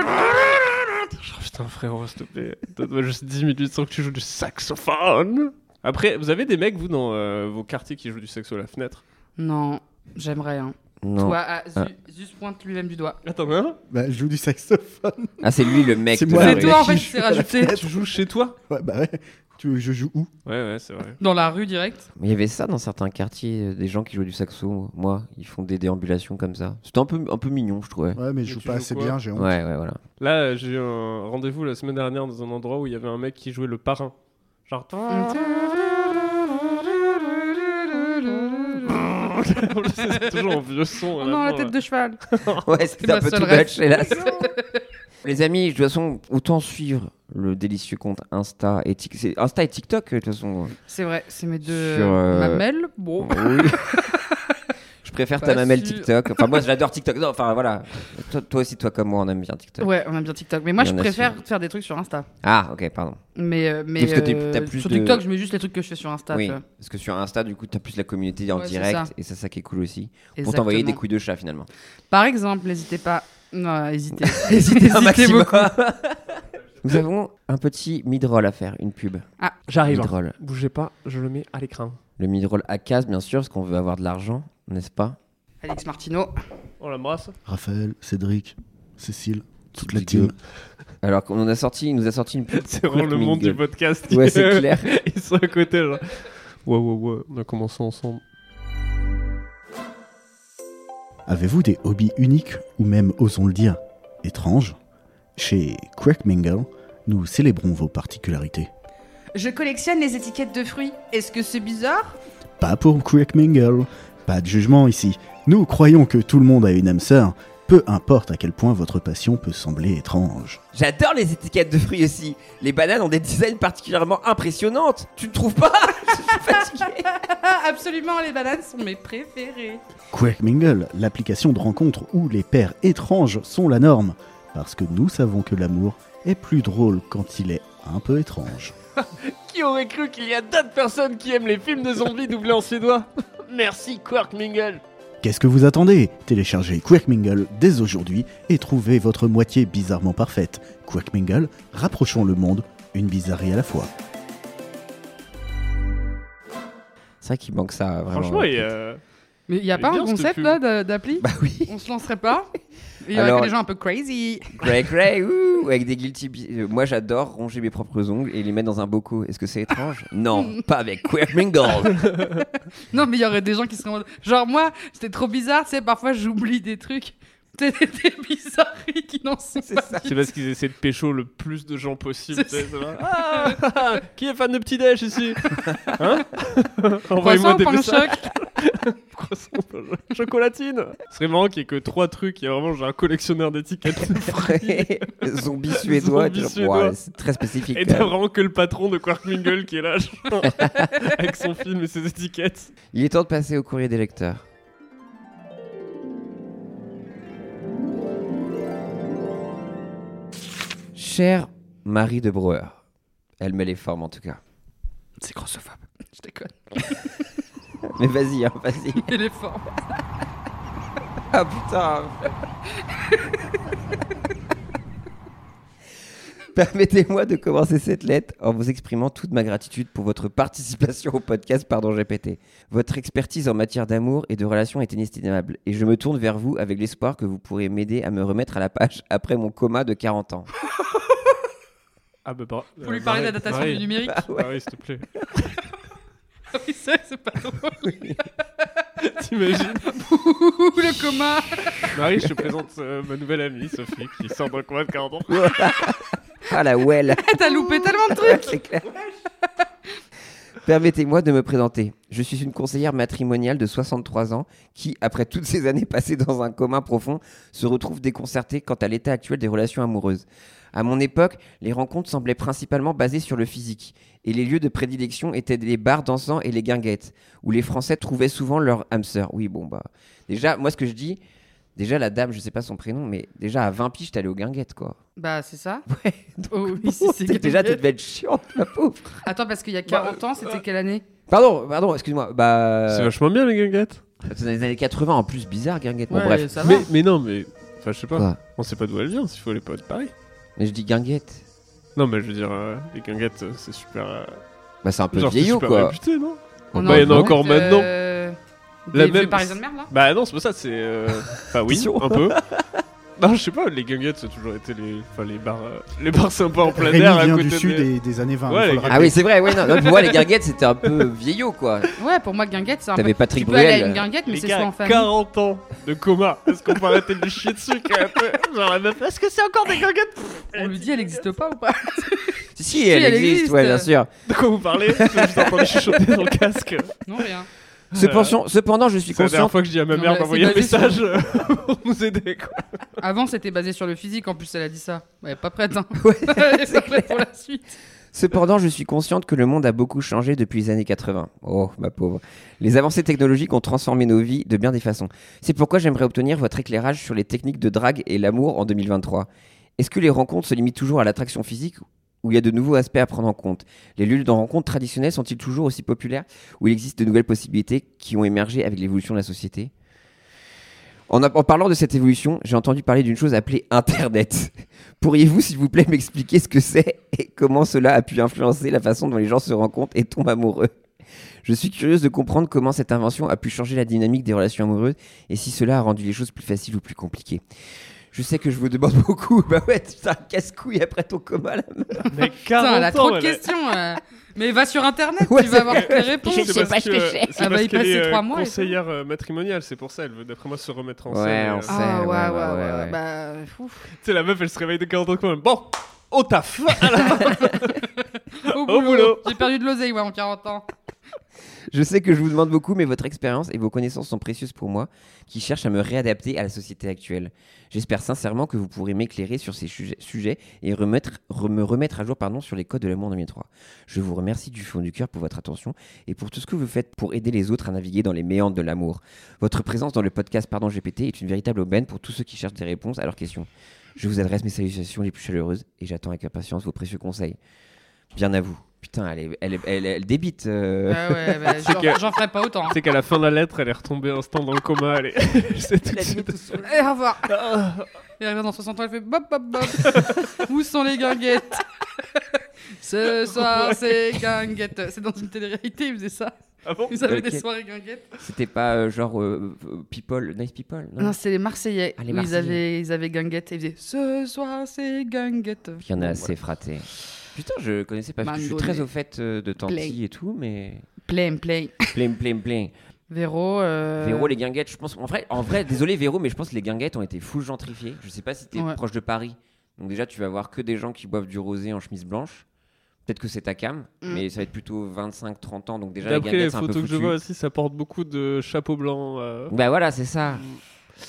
S3: Oh, putain, frérot, s'il te plaît, donne-moi juste 10 minutes sans que tu joues du saxophone. Après, vous avez des mecs, vous, dans euh, vos quartiers qui jouent du saxo à la fenêtre
S5: Non, j'aimerais. Hein.
S4: Non.
S5: Toi, ah, Zu-
S4: Ah.
S5: Zeus pointe lui-même du doigt.
S3: Attends, hein
S2: Bah, je joue du saxophone.
S4: Ah, c'est lui, le mec
S2: C'est
S4: de
S2: moi,
S4: la
S2: le
S4: rue.
S2: mec
S5: Toi, en
S2: qui
S5: fait,
S2: joue
S5: c'est
S2: à la
S5: rajouté.
S2: fenêtre.
S3: Tu joues chez toi
S2: Ouais, bah ouais. Tu veux que je joue où
S3: Ouais, ouais, c'est vrai.
S5: Dans la rue direct.
S4: Mais il y avait ça dans certains quartiers, euh, des gens qui jouaient du saxo. Moi, ils font des déambulations comme ça. C'était un peu, un peu mignon, je trouvais.
S2: Ouais, mais je joue
S3: tu
S2: pas
S3: joues
S2: assez
S3: quoi
S2: bien, j'ai honte.
S4: Ouais, ouais, voilà.
S3: Là, euh, j'ai eu un rendez-vous la semaine dernière dans un endroit où il y avait un mec qui jouait le parrain.
S12: Genre.
S3: C'est toujours un vieux son. euh. à
S5: non, la
S3: fin,
S5: tête
S3: là.
S5: de cheval.
S4: Ouais, c'était un
S5: ma
S4: peu
S5: seule
S4: too
S5: ref.
S4: much, hélas. Les amis, de toute façon, autant suivre le délicieux compte Insta et, Tik- c'est Insta et TikTok, euh, de toute façon.
S5: C'est vrai, c'est mes deux
S4: Sur, euh,
S5: mamelles. Bon.
S4: Oui. Je préfère ta
S5: Pas
S4: mamelle
S5: sûr.
S4: TikTok. Enfin, moi, j'adore TikTok. Non, enfin, voilà. Toi, toi aussi, toi comme moi, on aime bien TikTok.
S5: Ouais, on aime bien TikTok. Mais moi,
S4: Il y
S5: je
S4: en a
S5: préfère faire des trucs sur Insta.
S4: Ah, ok, pardon.
S5: Mais, euh, mais
S4: Parce que t'es-
S5: euh,
S4: t'as plus
S5: sur
S4: de-
S5: TikTok, je mets juste les trucs que je fais sur Insta.
S4: oui,
S5: tu vois.
S4: parce que sur Insta, du coup, t'as plus la communauté en
S5: Ouais, c'est
S4: direct,
S5: ça.
S4: et c'est ça qui est cool aussi. Pour
S5: Exactement.
S4: t'envoyer des couilles de chat, finalement.
S5: Par exemple, n'hésitez pas. Non, hésitez.
S4: Hésitez un maximum.
S5: beaucoup.
S4: Nous avons un petit mid-roll à faire, une pub.
S5: Ah,
S12: J'arrive.
S4: Mid-roll.
S12: Bougez pas, je le mets à l'écran.
S4: Le mid-roll à casse, bien sûr, parce qu'on veut avoir de l'argent, n'est-ce pas
S5: Alex Martino.
S3: Oh,
S12: On l'embrasse.
S2: Raphaël, Cédric, Cécile, toute la team.
S4: Alors qu'on en a sorti, il nous a sorti une pub.
S3: C'est vraiment le monde du podcast. qui-
S4: Ouais, c'est clair.
S3: Ils sont à côté, genre. Ouais, ouais, ouais, on a commencé ensemble.
S2: Avez-vous des hobbies uniques ou même, osons le dire, étranges Chez Crack Mingle, nous célébrons vos particularités.
S13: Je collectionne les étiquettes de fruits. Est-ce que c'est bizarre
S2: Pas pour Crack Mingle, pas de jugement ici. Nous croyons que tout le monde a une âme sœur, peu importe à quel point votre passion peut sembler étrange.
S7: J'adore les étiquettes de fruits aussi. Les bananes ont des designs particulièrement impressionnantes. Tu ne trouves pas
S5: Absolument, les bananes sont mes préférées.
S2: Quack Mingle, l'application de rencontre où les pères étranges sont la norme, parce que nous savons que l'amour est plus drôle quand il est un peu étrange.
S12: Qui aurait cru qu'il y a d'autres personnes qui aiment les films de zombies doublés en suédois
S3: Ah,
S12: Merci Quark Mingle.
S2: Qu'est-ce que vous attendez Téléchargez Quack Mingle dès aujourd'hui et trouvez votre moitié bizarrement parfaite. Quack Mingle, rapprochons le monde, une bizarrerie à la fois.
S4: C'est vrai qu'il manque ça, vraiment.
S3: Franchement, il y a-
S5: Mais il n'y a
S3: Elle
S5: pas
S3: est
S5: un
S3: bien, cette
S5: concept
S3: pub.
S5: là d'a- d'appli
S4: Bah oui.
S5: On se lancerait pas Il y
S4: Alors-
S5: aurait que des gens un peu crazy.
S4: Grey Grey, ouh, avec des guilty. bi- euh, Moi, j'adore ronger mes propres ongles et les mettre dans un bocaux. Est-ce que c'est étrange Non, pas avec Queer Mingle.
S5: Non, mais il y aurait des gens qui seraient en mode- Genre, moi, c'était trop bizarre, tu sais, parfois j'oublie des trucs. Peut-être des bizarreries qui n'en sont pas.
S3: C'est parce qu'ils essaient de pécho le plus de gens possible. tu sais, ça va.
S12: Ah,
S3: Ah, qui est fan de petit déj ici Hein
S12: Croissant, pain au
S3: messages.
S12: choc.
S3: Croissant, pain au choc. Chocolatine Ce serait marrant qu'il y ait que trois trucs. Il y a vraiment, j'ai un collectionneur d'étiquettes de fruits.
S4: Zombie suédois,
S3: Zombie
S4: tu vois.
S3: suédois.
S4: Ouais, c'est très spécifique,
S3: Et
S4: quand
S3: t'as
S4: même.
S3: vraiment que le patron de Quark Mingle qui est là, genre, avec son film et ses étiquettes.
S4: il est temps de passer au courrier des lecteurs. Chère Marie de Brouwer, elle met les formes en tout cas.
S5: C'est grossophobe, je déconne.
S4: Mais vas-y, hein, vas-y.
S5: Il est fort.
S4: Ah putain Permettez-moi de commencer cette lettre en vous exprimant toute ma gratitude pour votre participation au podcast Pardon GPT. Votre expertise en matière d'amour et de relations est inestimable et je me tourne vers vous avec l'espoir que vous pourrez m'aider à me remettre à la page après mon coma de 40 ans.
S3: Ah bah, par...
S5: Vous lui parlez de la datation du numérique
S3: Ah oui, s'il te plaît.
S5: Ah oui, ça, c'est pas drôle.
S3: T'imagines
S5: Ouh, le coma
S3: Marie, je te présente euh, ma nouvelle amie, Sophie, qui sort d'un combat de 40 ans.
S4: Ah la well
S5: T'as loupé tellement de trucs
S4: C'est clair. Permettez-moi de me présenter. Je suis une conseillère matrimoniale de 63 ans qui, après toutes ces années passées dans un commun profond, se retrouve déconcertée quant à l'état actuel des relations amoureuses. À mon époque, les rencontres semblaient principalement basées sur le physique, et les lieux de prédilection étaient les bars dansants et les guinguettes, où les Français trouvaient souvent leur âme sœur. Oui, bon, bah. Déjà, moi, ce que je dis, déjà, la dame, je sais pas son prénom, mais déjà à 20 piges, t'es allé aux guinguettes, quoi.
S5: Bah, c'est ça Ouais. Oh, oui, si, c'est
S4: T'es- déjà, tu
S5: Gabriel.
S4: devais être chiante, la pauvre.
S5: Attends, parce qu'il y a 40 ans, c'était quelle année
S4: Pardon, pardon, excuse-moi. Bah...
S3: C'est vachement bien, les guinguettes.
S4: C'est dans les années 80 en plus, bizarre, guinguette.
S5: Ouais,
S4: bon, bref.
S5: ça va.
S3: Mais, mais non, mais. Enfin, je sais pas.
S4: Quoi
S3: On sait pas d'où elle vient, s'il faut les potes, pareil.
S4: Mais je dis guinguette.
S3: Non, mais je veux dire, euh, les guinguettes, euh, c'est super. euh,
S4: Bah, c'est un peu
S3: genre, c'est
S4: vieillot,
S3: super
S4: quoi.
S3: réputé, non
S5: Oh,
S4: On
S3: Bah,
S4: a
S3: il y en a
S4: un
S3: encore
S5: compte,
S3: maintenant.
S5: euh,
S3: La
S5: des vieux
S3: même-
S5: Parisiens de merde, là
S3: Bah, non, c'est pas ça, c'est. euh, Enfin, oui,
S4: Attention.
S3: un peu. Non, je sais pas, les guinguettes, ça a toujours été les, enfin, les bars, euh, les bars sympas en plein
S2: Rémi
S3: air. à
S2: vient
S3: côté
S2: du
S3: des-
S2: sud et des années 20,
S3: Ouais,
S2: faut
S3: les
S2: le
S3: guinguettes.
S4: Ah oui, c'est vrai, ouais, non. non, pour moi, les guinguettes, c'était un peu vieillot, quoi.
S5: Ouais, pour moi, guinguette, c'est un
S4: T'avais
S5: peu- Ah,
S4: Patrick
S5: tu peux aller à
S4: Bruel. euh,
S5: une guinguette, mais
S4: Les
S5: c'est
S4: gars,
S5: soit en famille.
S3: 40 ans de coma. Est-ce qu'on peut arrêter de lui chier dessus quand même Genre la meuf, est-ce que c'est encore des guinguettes
S5: On lui dit, elle existe pas ou pas
S4: Si, si, elle, existe, ouais, bien sûr.
S3: De quoi vous parlez Je vous entends chuchoter dans le casque.
S5: Non, rien.
S4: Cependant, cependant, je suis
S3: C'est la
S4: conscient.
S3: dernière fois que je dis à ma
S5: Non,
S3: mère
S5: mais
S3: d'envoyer un
S5: c'est basé sur-
S3: message euh, pour nous aider, quoi.
S5: Avant, c'était basé sur le physique, en plus, elle a dit ça. Ouais, pas prête, hein. Elle est pas prête pour la suite.
S4: Cependant, je suis consciente que le monde a beaucoup changé depuis les années 80. Oh, ma pauvre. Les avancées technologiques ont transformé nos vies de bien des façons. C'est pourquoi j'aimerais obtenir votre éclairage sur les techniques de drague et l'amour en 2023. Est-ce que les rencontres se limitent toujours à l'attraction physique ou il y a de nouveaux aspects à prendre en compte Les lieux de rencontre traditionnels sont-ils toujours aussi populaires ou il existe de nouvelles possibilités qui ont émergé avec l'évolution de la société En, en parlant de cette évolution, j'ai entendu parler d'une chose appelée Internet. Pourriez-vous, s'il vous plaît, m'expliquer ce que c'est et comment cela a pu influencer la façon dont les gens se rencontrent et tombent amoureux Je suis curieuse de comprendre comment cette invention a pu changer la dynamique des relations amoureuses et si cela a rendu les choses plus faciles ou plus compliquées. Je sais que je vous demande beaucoup. Bah ouais, putain, casse-couille après ton coma, la meuf.
S3: Mais
S5: Putain, elle a trop de questions. euh. Mais va sur internet, tu vas avoir toutes les réponses. Elle va y passer trois mois. et tout.
S3: conseillère euh, matrimoniale, c'est pour ça. Elle veut, d'après moi, se remettre en
S4: Ouais,
S3: scène.
S4: on
S3: euh.
S4: sait, Ah, ouais, ouais, ouais, ouais, ouais, ouais. ouais.
S5: Bah,
S3: Tu sais, la meuf, elle se réveille de 40 ans quand même. Bon, au taf à la fin.
S5: Au
S3: boulot.
S5: boulot. J'ai perdu de l'oseille, ouais, en 40 ans.
S4: Je sais que je vous demande beaucoup, mais votre expérience et vos connaissances sont précieuses pour moi, qui cherche à me réadapter à la société actuelle. J'espère sincèrement que vous pourrez m'éclairer sur ces sujets- sujets et remettre, re- me remettre à jour pardon, sur les codes de l'amour en 2003. Je vous remercie du fond du cœur pour votre attention et pour tout ce que vous faites pour aider les autres à naviguer dans les méandres de l'amour. Votre présence dans le podcast Pardon GPT est une véritable aubaine pour tous ceux qui cherchent des réponses à leurs questions. Je vous adresse mes salutations les plus chaleureuses et j'attends avec impatience vos précieux conseils. Bien à vous. Putain, elle, est- elle, est- elle- elle débite. euh.
S5: Ah ouais, bah,
S3: C'est
S5: j'en-
S3: que-
S5: j'en ferai pas autant. hein.
S3: Tu sais qu'à la fin de la lettre, elle est retombée un instant dans le coma. Elle est... c'est tout de suite.
S5: Et au revoir. Elle revient dans 60 ans, elle fait bop bop bop. Où sont les guinguettes Ce soir,
S3: Ouais.
S5: c'est guinguettes. C'est dans une télé-réalité, ils faisaient ça.
S3: Ah bon
S5: Ils avaient des
S4: Ok.
S5: soirées guinguettes.
S4: C'était pas euh, genre euh, euh, People, Nice People
S5: Non, c'est les Marseillais.
S4: Ah, les
S5: où
S4: Marseillais.
S5: Ils, avaient, ils avaient guinguettes et ils faisaient Ce soir, c'est guinguettes.
S4: Il y en a
S5: Bon,
S4: assez fraté. Putain, je connaissais pas. parce que Je suis
S5: Mandolé.
S4: très au fait euh, de Tanti
S5: Play.
S4: et tout, mais.
S5: Plein, plein.
S4: Plein, plein, plein.
S5: Véro. euh,
S4: Véro, les guinguettes, je pense. En vrai, en vrai, désolé Véro, mais je pense que les guinguettes ont été full gentrifiées. Je sais pas si t'es
S5: Ouais.
S4: proche de Paris. Donc déjà, tu vas voir que des gens qui boivent du rosé en chemise blanche. Peut-être que c'est ta cam,
S5: Mm.
S4: mais ça va être plutôt 25-30 ans. Donc déjà, les
S3: D'après les
S4: guinguettes, c'est un peu
S3: photos que je
S4: foutu.
S3: vois aussi, ça porte beaucoup de chapeaux blancs. euh.
S4: Bah voilà, c'est ça.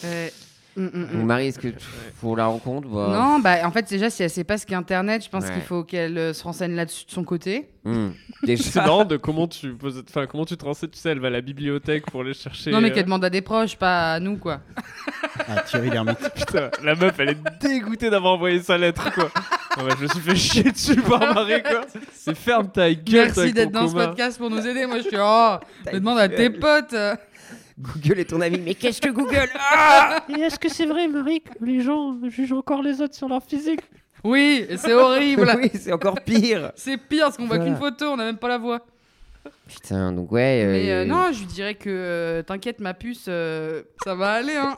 S5: euh, mm, mm, mm.
S4: Donc Marie, est-ce que tu- pour la rencontre bah,
S5: Non, bah en fait, déjà, si elle sait pas ce qu'est Internet, je pense
S4: Ouais.
S5: qu'il faut qu'elle euh, se renseigne là-dessus de son côté.
S4: hmm,
S3: C'est
S4: Déjà.
S3: marrant de comment tu, poses- enfin, comment tu te renseignes. Tu sais, elle va à la bibliothèque pour les chercher.
S5: non, mais
S3: euh.
S5: qu'elle demande à des proches, pas à nous, quoi.
S2: Ah, Thierry Lhermitte.
S3: Putain, la meuf, elle est dégoûtée d'avoir envoyé sa lettre, quoi. Ah bah, je me suis fait chier dessus par Marie, quoi. C'est ferme ta gueule, toi,
S5: Merci
S3: avec
S5: d'être
S3: ton
S5: dans ce
S3: coma.
S5: podcast pour nous aider. Moi, je suis. Oh, je demande à tes potes. euh.
S4: Google est ton ami, mais qu'est-ce que Google
S1: Et est-ce que c'est vrai, Marie, que les gens jugent encore les autres sur leur physique
S5: Oui, et c'est horrible.
S4: Oui, c'est encore pire.
S5: C'est pire parce qu'on voit
S4: Voilà.
S5: qu'une photo, on n'a même pas la voix.
S4: Putain, donc ouais. euh,
S5: Mais euh,
S4: euh,
S5: non, je lui dirais que euh, t'inquiète, ma puce, euh, ça va aller. Hein.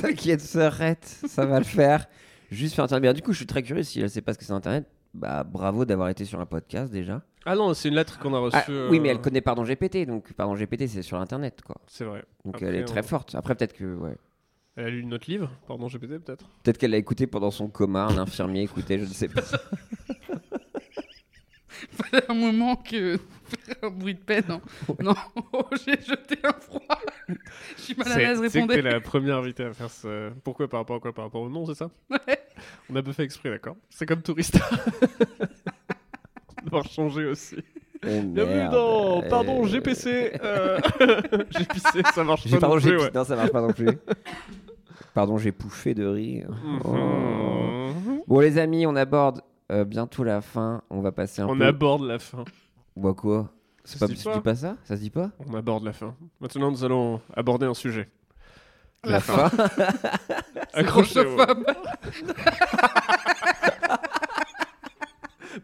S4: T'inquiète, sœurette, ça va le faire. Juste faire intervenir. Du coup, je suis très curieux si elle sait pas ce que c'est Internet. Bah, bravo d'avoir été sur un podcast déjà.
S3: Ah non, c'est une lettre qu'on a reçue.
S4: Ah, Oui, mais
S3: euh,
S4: elle connaît Pardon GPT, donc Pardon GPT, c'est sur Internet, quoi.
S3: C'est vrai.
S4: Donc
S3: Après,
S4: elle est très
S3: on-
S4: forte. Après, peut-être que, ouais.
S3: Elle a lu notre livre, pardon GPT peut-être.
S4: Peut-être qu'elle l'a écouté pendant son coma, un infirmier écoutait, je ne sais pas.
S5: Fallait un moment que faire un bruit de paix. Non, non, oh, j'ai jeté un froid. Je suis mal à
S3: C'est
S5: l'aise,
S3: tu sais que
S5: répondez.
S3: t'es la première invitée à faire ce. Pourquoi par rapport à quoi Par rapport au nom, c'est ça
S5: Ouais.
S3: On a peu fait exprès, d'accord C'est comme touriste. Devoir changer aussi.
S4: Eh,
S3: Bienvenue
S4: merde.
S3: dans.
S4: Euh,
S3: Pardon, GPC. euh, J'ai pissé, ça marche
S4: J'ai
S3: pas.
S4: pardon,
S3: non plus,
S4: j'ai
S3: ouais.
S4: non, ça marche pas non plus. Pardon, j'ai pouffé de rire.
S3: Mhm.
S4: Oh. Bon, les amis, on aborde euh, bientôt la fin. On va passer un
S3: On
S4: peu.
S3: aborde la fin.
S4: Bah quoi C'est
S3: Ça
S4: pas,
S3: se dit
S4: tu
S3: pas.
S4: dis pas ça Ça se dit pas
S3: On aborde la fin. Maintenant, nous allons aborder un sujet.
S5: La fin.
S3: Accrochez-vous.
S5: grossophobe.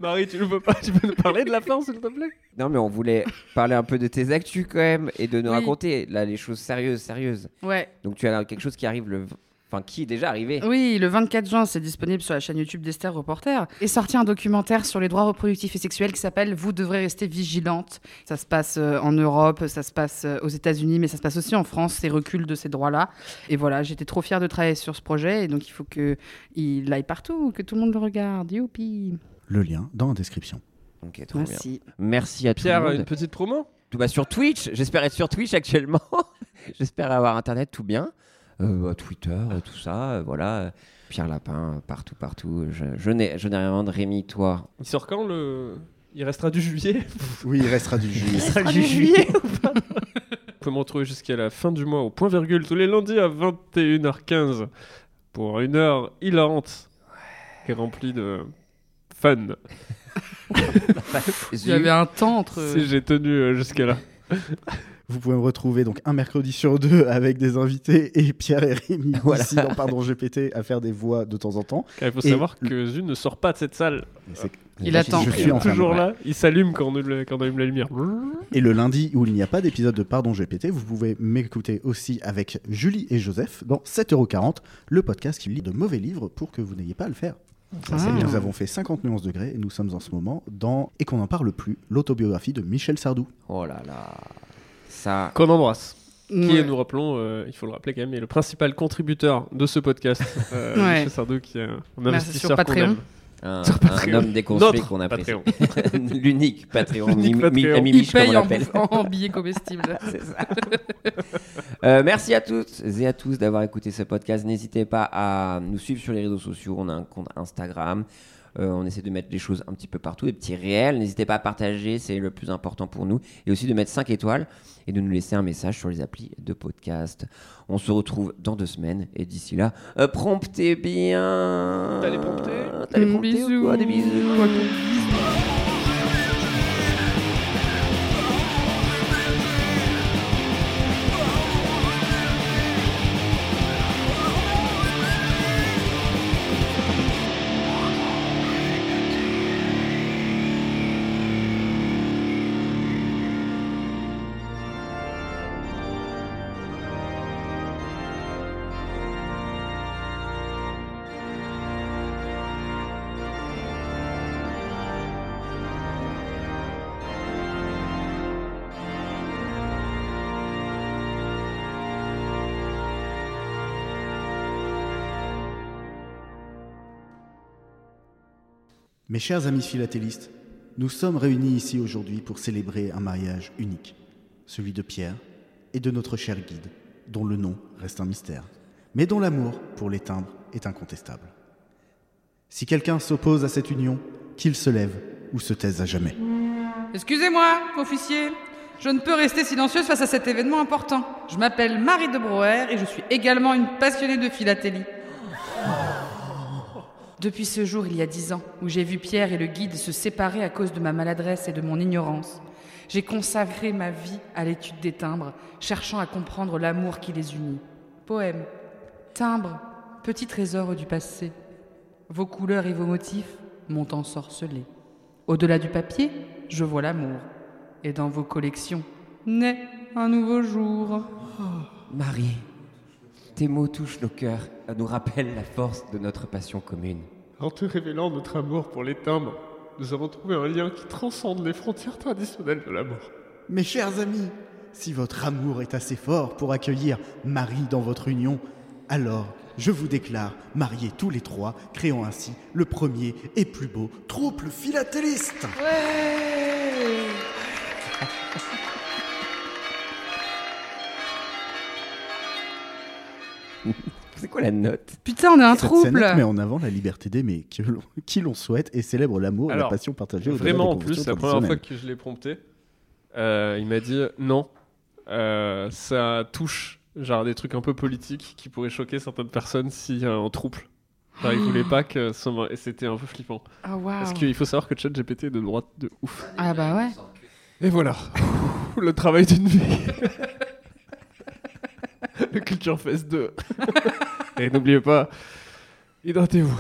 S3: Marie, tu ne peux pas, tu peux nous parler de la fin, s'il te plaît
S4: Non, mais on voulait parler un peu de tes actus quand même et de nous
S5: Oui.
S4: raconter là les choses sérieuses, sérieuses.
S5: Ouais.
S4: Donc tu as quelque chose qui arrive le v- Enfin, qui est déjà arrivé.
S16: Oui, le 24 juin, c'est disponible sur la chaîne YouTube d'Esther Reporter. Et sorti un documentaire sur les droits reproductifs et sexuels qui s'appelle Vous devrez rester vigilante. Ça se passe euh, en Europe, ça se passe euh, aux États-Unis, mais ça se passe aussi en France, ces reculs de ces droits-là. Et voilà, j'étais trop fière de travailler sur ce projet. Et donc, il faut qu'il aille partout, que tout le monde le regarde. Youpi!
S2: Le lien dans la description.
S4: Ok, trop
S16: Merci.
S4: bien. Merci à
S3: Oh. Pierre, euh,
S4: tout le monde.
S3: une petite promo
S4: Tout va sur Twitch. J'espère être sur Twitch actuellement. J'espère avoir internet tout bien. Euh, bah, Twitter, euh, tout ça, euh, voilà. Pierre Lapin, euh, partout, partout. Je, je n'ai je n'ai rien à vendre. Rémi, toi.
S3: Il sort quand le. Il restera du juillet
S2: Oui, il restera du juillet.
S3: restera du juillet Vous pouvez me retrouver jusqu'à la fin du mois au point virgule tous les lundis à 21h15 pour une heure hilarante et remplie de fun.
S16: Il y avait un temps entre-
S3: Si j'ai tenu euh, jusqu'à là.
S2: Vous pouvez me retrouver donc un mercredi sur deux avec des invités et Pierre et Rémi
S3: Voilà.
S2: ici dans Pardon GPT à faire des voix de temps en temps.
S3: Car il faut
S2: Et
S3: savoir que Zune ne sort pas de cette salle.
S2: Il attend.
S3: Je
S2: Je
S3: suis
S2: suis en train de-
S3: toujours là. Il s'allume quand on allume- quand on allume la lumière.
S2: Et le lundi où il n'y a pas d'épisode de Pardon GPT, vous pouvez m'écouter aussi avec Julie et Joseph dans 7,40€, le podcast qui lit de mauvais livres pour que vous n'ayez pas à le faire.
S3: Ça, c'est
S2: Et
S3: bien.
S2: Nous avons fait 50 nuances degrés et nous sommes en ce moment dans Et qu'on n'en parle plus, l'autobiographie de Michel Sardou.
S4: Oh là là. Ça.
S3: Qu'on embrasse. Qui
S4: Ouais.
S3: est, nous rappelons, euh, il faut le rappeler quand même, est le principal contributeur de ce podcast. Euh,
S4: Ouais.
S3: Michel Sardou, qui est un
S4: Merci, sur
S3: investisseur qu'on
S4: Patreon.
S3: aime.
S4: Un,
S3: Sur
S4: un
S3: Patreon.
S4: homme déconstruit
S3: Notre
S4: qu'on apprécie.
S3: Patreon.
S4: L'unique Patreon.
S3: L'unique
S4: Mi- mi-
S3: Patreon.
S4: ami
S3: Il
S4: Mich, comme on
S16: Paye en,
S4: l'appelle.
S16: en billets comestibles.
S4: C'est ça. Euh, merci à toutes et à tous d'avoir écouté ce podcast. N'hésitez pas à nous suivre sur les réseaux sociaux. On a un compte Instagram. Euh, on essaie de mettre des choses un petit peu partout, des petits réels. N'hésitez pas à partager, c'est le plus important pour nous. Et aussi de mettre 5 étoiles et de nous laisser un message sur les applis de podcast. On se retrouve dans deux semaines. Et d'ici là, euh, promptez bien. T'allais prompter T'allais prompter ou quoi Des bisous.
S2: Mes chers amis philatélistes, nous sommes réunis ici aujourd'hui pour célébrer un mariage unique, celui de Pierre et de notre cher guide, dont le nom reste un mystère, mais dont l'amour pour les timbres est incontestable. Si quelqu'un s'oppose à cette union, qu'il se lève ou se taise à jamais.
S5: Excusez-moi, officier. Je ne peux rester silencieuse face à cet événement important. Je m'appelle Marie de Brouwer et je suis également une passionnée de philatélie. Depuis ce jour, il y a dix ans, où j'ai vu Pierre et le guide se séparer à cause de ma maladresse et de mon ignorance, j'ai consacré ma vie à l'étude des timbres, cherchant à comprendre l'amour qui les unit. Poème, timbre, petit trésor du passé. Vos couleurs et vos motifs m'ont ensorcelé. Au-delà du papier, je vois l'amour. Et dans vos collections, naît un nouveau jour.
S4: Marie, tes mots touchent nos cœurs, nous rappellent la force de notre passion commune.
S3: En te révélant notre amour pour les timbres, nous avons trouvé un lien qui transcende les frontières traditionnelles de l'amour.
S2: Mes chers amis, si votre amour est assez fort pour accueillir Marie dans votre union, alors je vous déclare mariés tous les trois, créant ainsi le premier et plus beau trouble philatéliste.
S4: C'est quoi la note
S16: Putain, on est un
S2: Cette
S16: trouble.
S2: scène met en avant la liberté d'aimer, que l'on- qui l'on souhaite, et célèbre l'amour et la passion partagée au-delà des
S3: Vraiment, en plus,
S2: conventions
S3: c'est la première fois
S2: traditionnelles.
S3: que je l'ai prompté, euh, il m'a dit non, euh, ça touche genre des trucs un peu politiques qui pourraient choquer certaines personnes s'il y a un trouble. Genre, il voulait pas que ça m'a- et c'était un peu flippant.
S16: Ah, waouh.
S3: Parce qu'il faut savoir que ChatGPT est de droite de ouf.
S16: Ah bah ouais.
S3: Et voilà, le travail d'une vie. le Culture Fest 2. et n'oubliez pas, hydratez-vous.